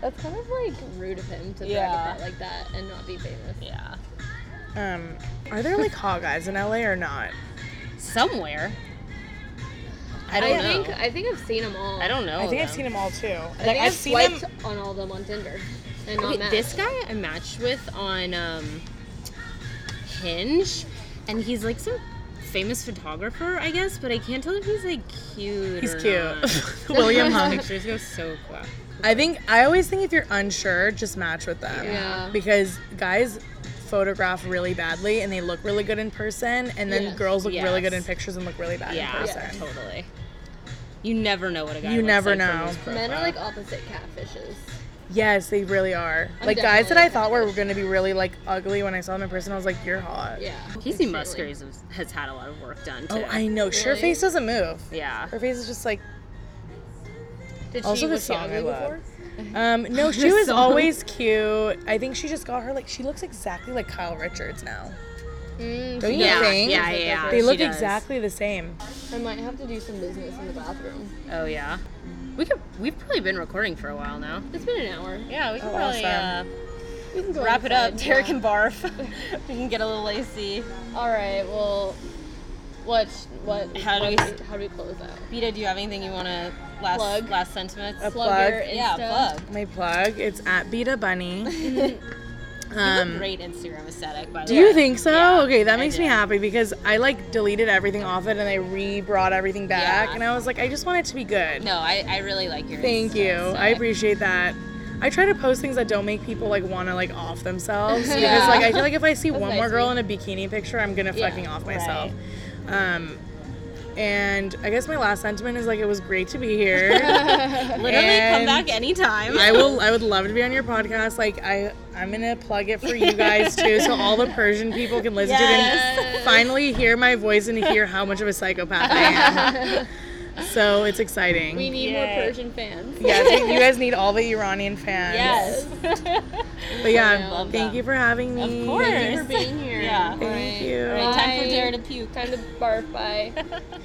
S4: That's kind of like rude of him to
S2: Yeah.
S4: brag about like that and not be famous.
S2: Yeah.
S3: Um, are there like hot guys in LA or not?
S2: Somewhere. I don't know.
S4: think I think I've seen them all.
S2: I don't know.
S3: I think I've
S2: them.
S3: seen them all too.
S4: I
S3: Like
S4: think I've,
S3: I've seen them.
S4: swiped on all of them on Tinder and not
S2: Wait,
S4: met.
S2: this guy I matched with on um, Hinge, and he's like some famous photographer, I guess, but I can't tell if he's like cute.
S3: He's
S2: or
S3: cute.
S2: Not.
S3: William Hung.
S2: Pictures go so quick.
S3: I think I always think if you're unsure, just match with them.
S4: Yeah.
S3: Because guys photograph really badly and they look really good in person, and then
S4: Yes.
S3: girls look really good in
S2: Yes.
S3: pictures and look really bad in
S2: Yeah,
S3: person.
S2: totally. You never know what a guy.
S3: You
S2: looks
S3: never
S2: like from
S3: know.
S2: his profile.
S4: Men are like opposite catfishes.
S3: Yes, they really are.
S4: I'm
S3: like guys that
S4: definitely
S3: I thought were
S4: catfish.
S3: going to be really like ugly when I saw them in person, I was like, "You're hot."
S4: Yeah.
S2: Casey
S4: Extremely.
S2: Musgraves has- has had a lot of work done too.
S3: Oh, I know. Sure,
S4: Really?
S3: face doesn't move.
S2: Yeah.
S3: Her face is just like.
S4: Did
S3: Also
S4: she,
S3: the
S4: was she
S3: song I
S4: ugly
S3: love.
S4: before?
S3: Um, no, she
S2: The
S3: was
S2: song.
S3: always cute. I think she just got her like she looks exactly like Kyle Richards now.
S4: Mm,
S3: Don't
S4: she
S3: you
S2: Yeah,
S4: does.
S3: think?
S2: yeah, yeah, yeah.
S3: They
S2: she
S3: look
S2: does.
S3: exactly the same.
S4: I might have to do some business in the bathroom.
S2: Oh yeah. We could. We've probably been recording for a while now.
S4: It's been an hour.
S2: Yeah, we could
S3: Oh,
S2: probably
S3: awesome.
S4: We can go
S2: uh, wrap it up.
S4: inside.
S2: Derek
S4: Yeah.
S2: can barf. we can get a little lacy.
S4: All right. Well, what? What?
S2: How do we-
S4: How do we close out?
S2: Vita, do you have anything you want to last
S4: Plug?
S2: last sentiments?
S3: A
S4: Plug,
S3: plug?
S4: your Insta.
S2: Yeah, plug.
S3: My plug, it's at Beta Bunny.
S2: You have
S3: um,
S2: a great Instagram aesthetic, by the
S3: do
S2: way.
S3: you think so?
S2: Yeah,
S3: okay, that
S2: I
S3: makes
S2: do.
S3: me happy because I like deleted everything off it and I re-brought everything back,
S2: Yeah.
S3: and I was like, I just want it to be good.
S2: No, I, I really like your.
S3: Thank
S2: Instagram
S3: you. I
S2: aesthetic.
S3: appreciate that. I try to post things that don't make people like want to like off themselves because
S4: Yeah.
S3: like I feel like if I see
S4: That's
S3: one
S4: nice
S3: more
S4: of
S3: girl in
S4: you.
S3: a bikini picture, I'm gonna
S4: Yeah,
S3: fucking off myself. Um, and I guess my last sentiment is like it was great to be here.
S2: Literally,
S3: And-
S2: come back anytime.
S3: I will. I would love to be on your podcast. Like I, I'm gonna plug it for you guys too, so all the Persian people can listen to it and
S4: Yes.
S3: finally hear my voice and hear how much of a psychopath I am. so it's exciting.
S4: We need
S2: Yay.
S4: more Persian fans.
S3: yes, you guys need all the Iranian fans.
S2: Yes.
S3: But yeah,
S4: I love
S3: thank
S2: them.
S3: you for having me.
S2: Of course.
S4: Thank you for being here.
S2: Yeah.
S4: All
S3: Thank
S4: right.
S3: you.
S2: All right, time for
S4: Bye.
S2: Dare to puke.
S4: Time to barf. Bye.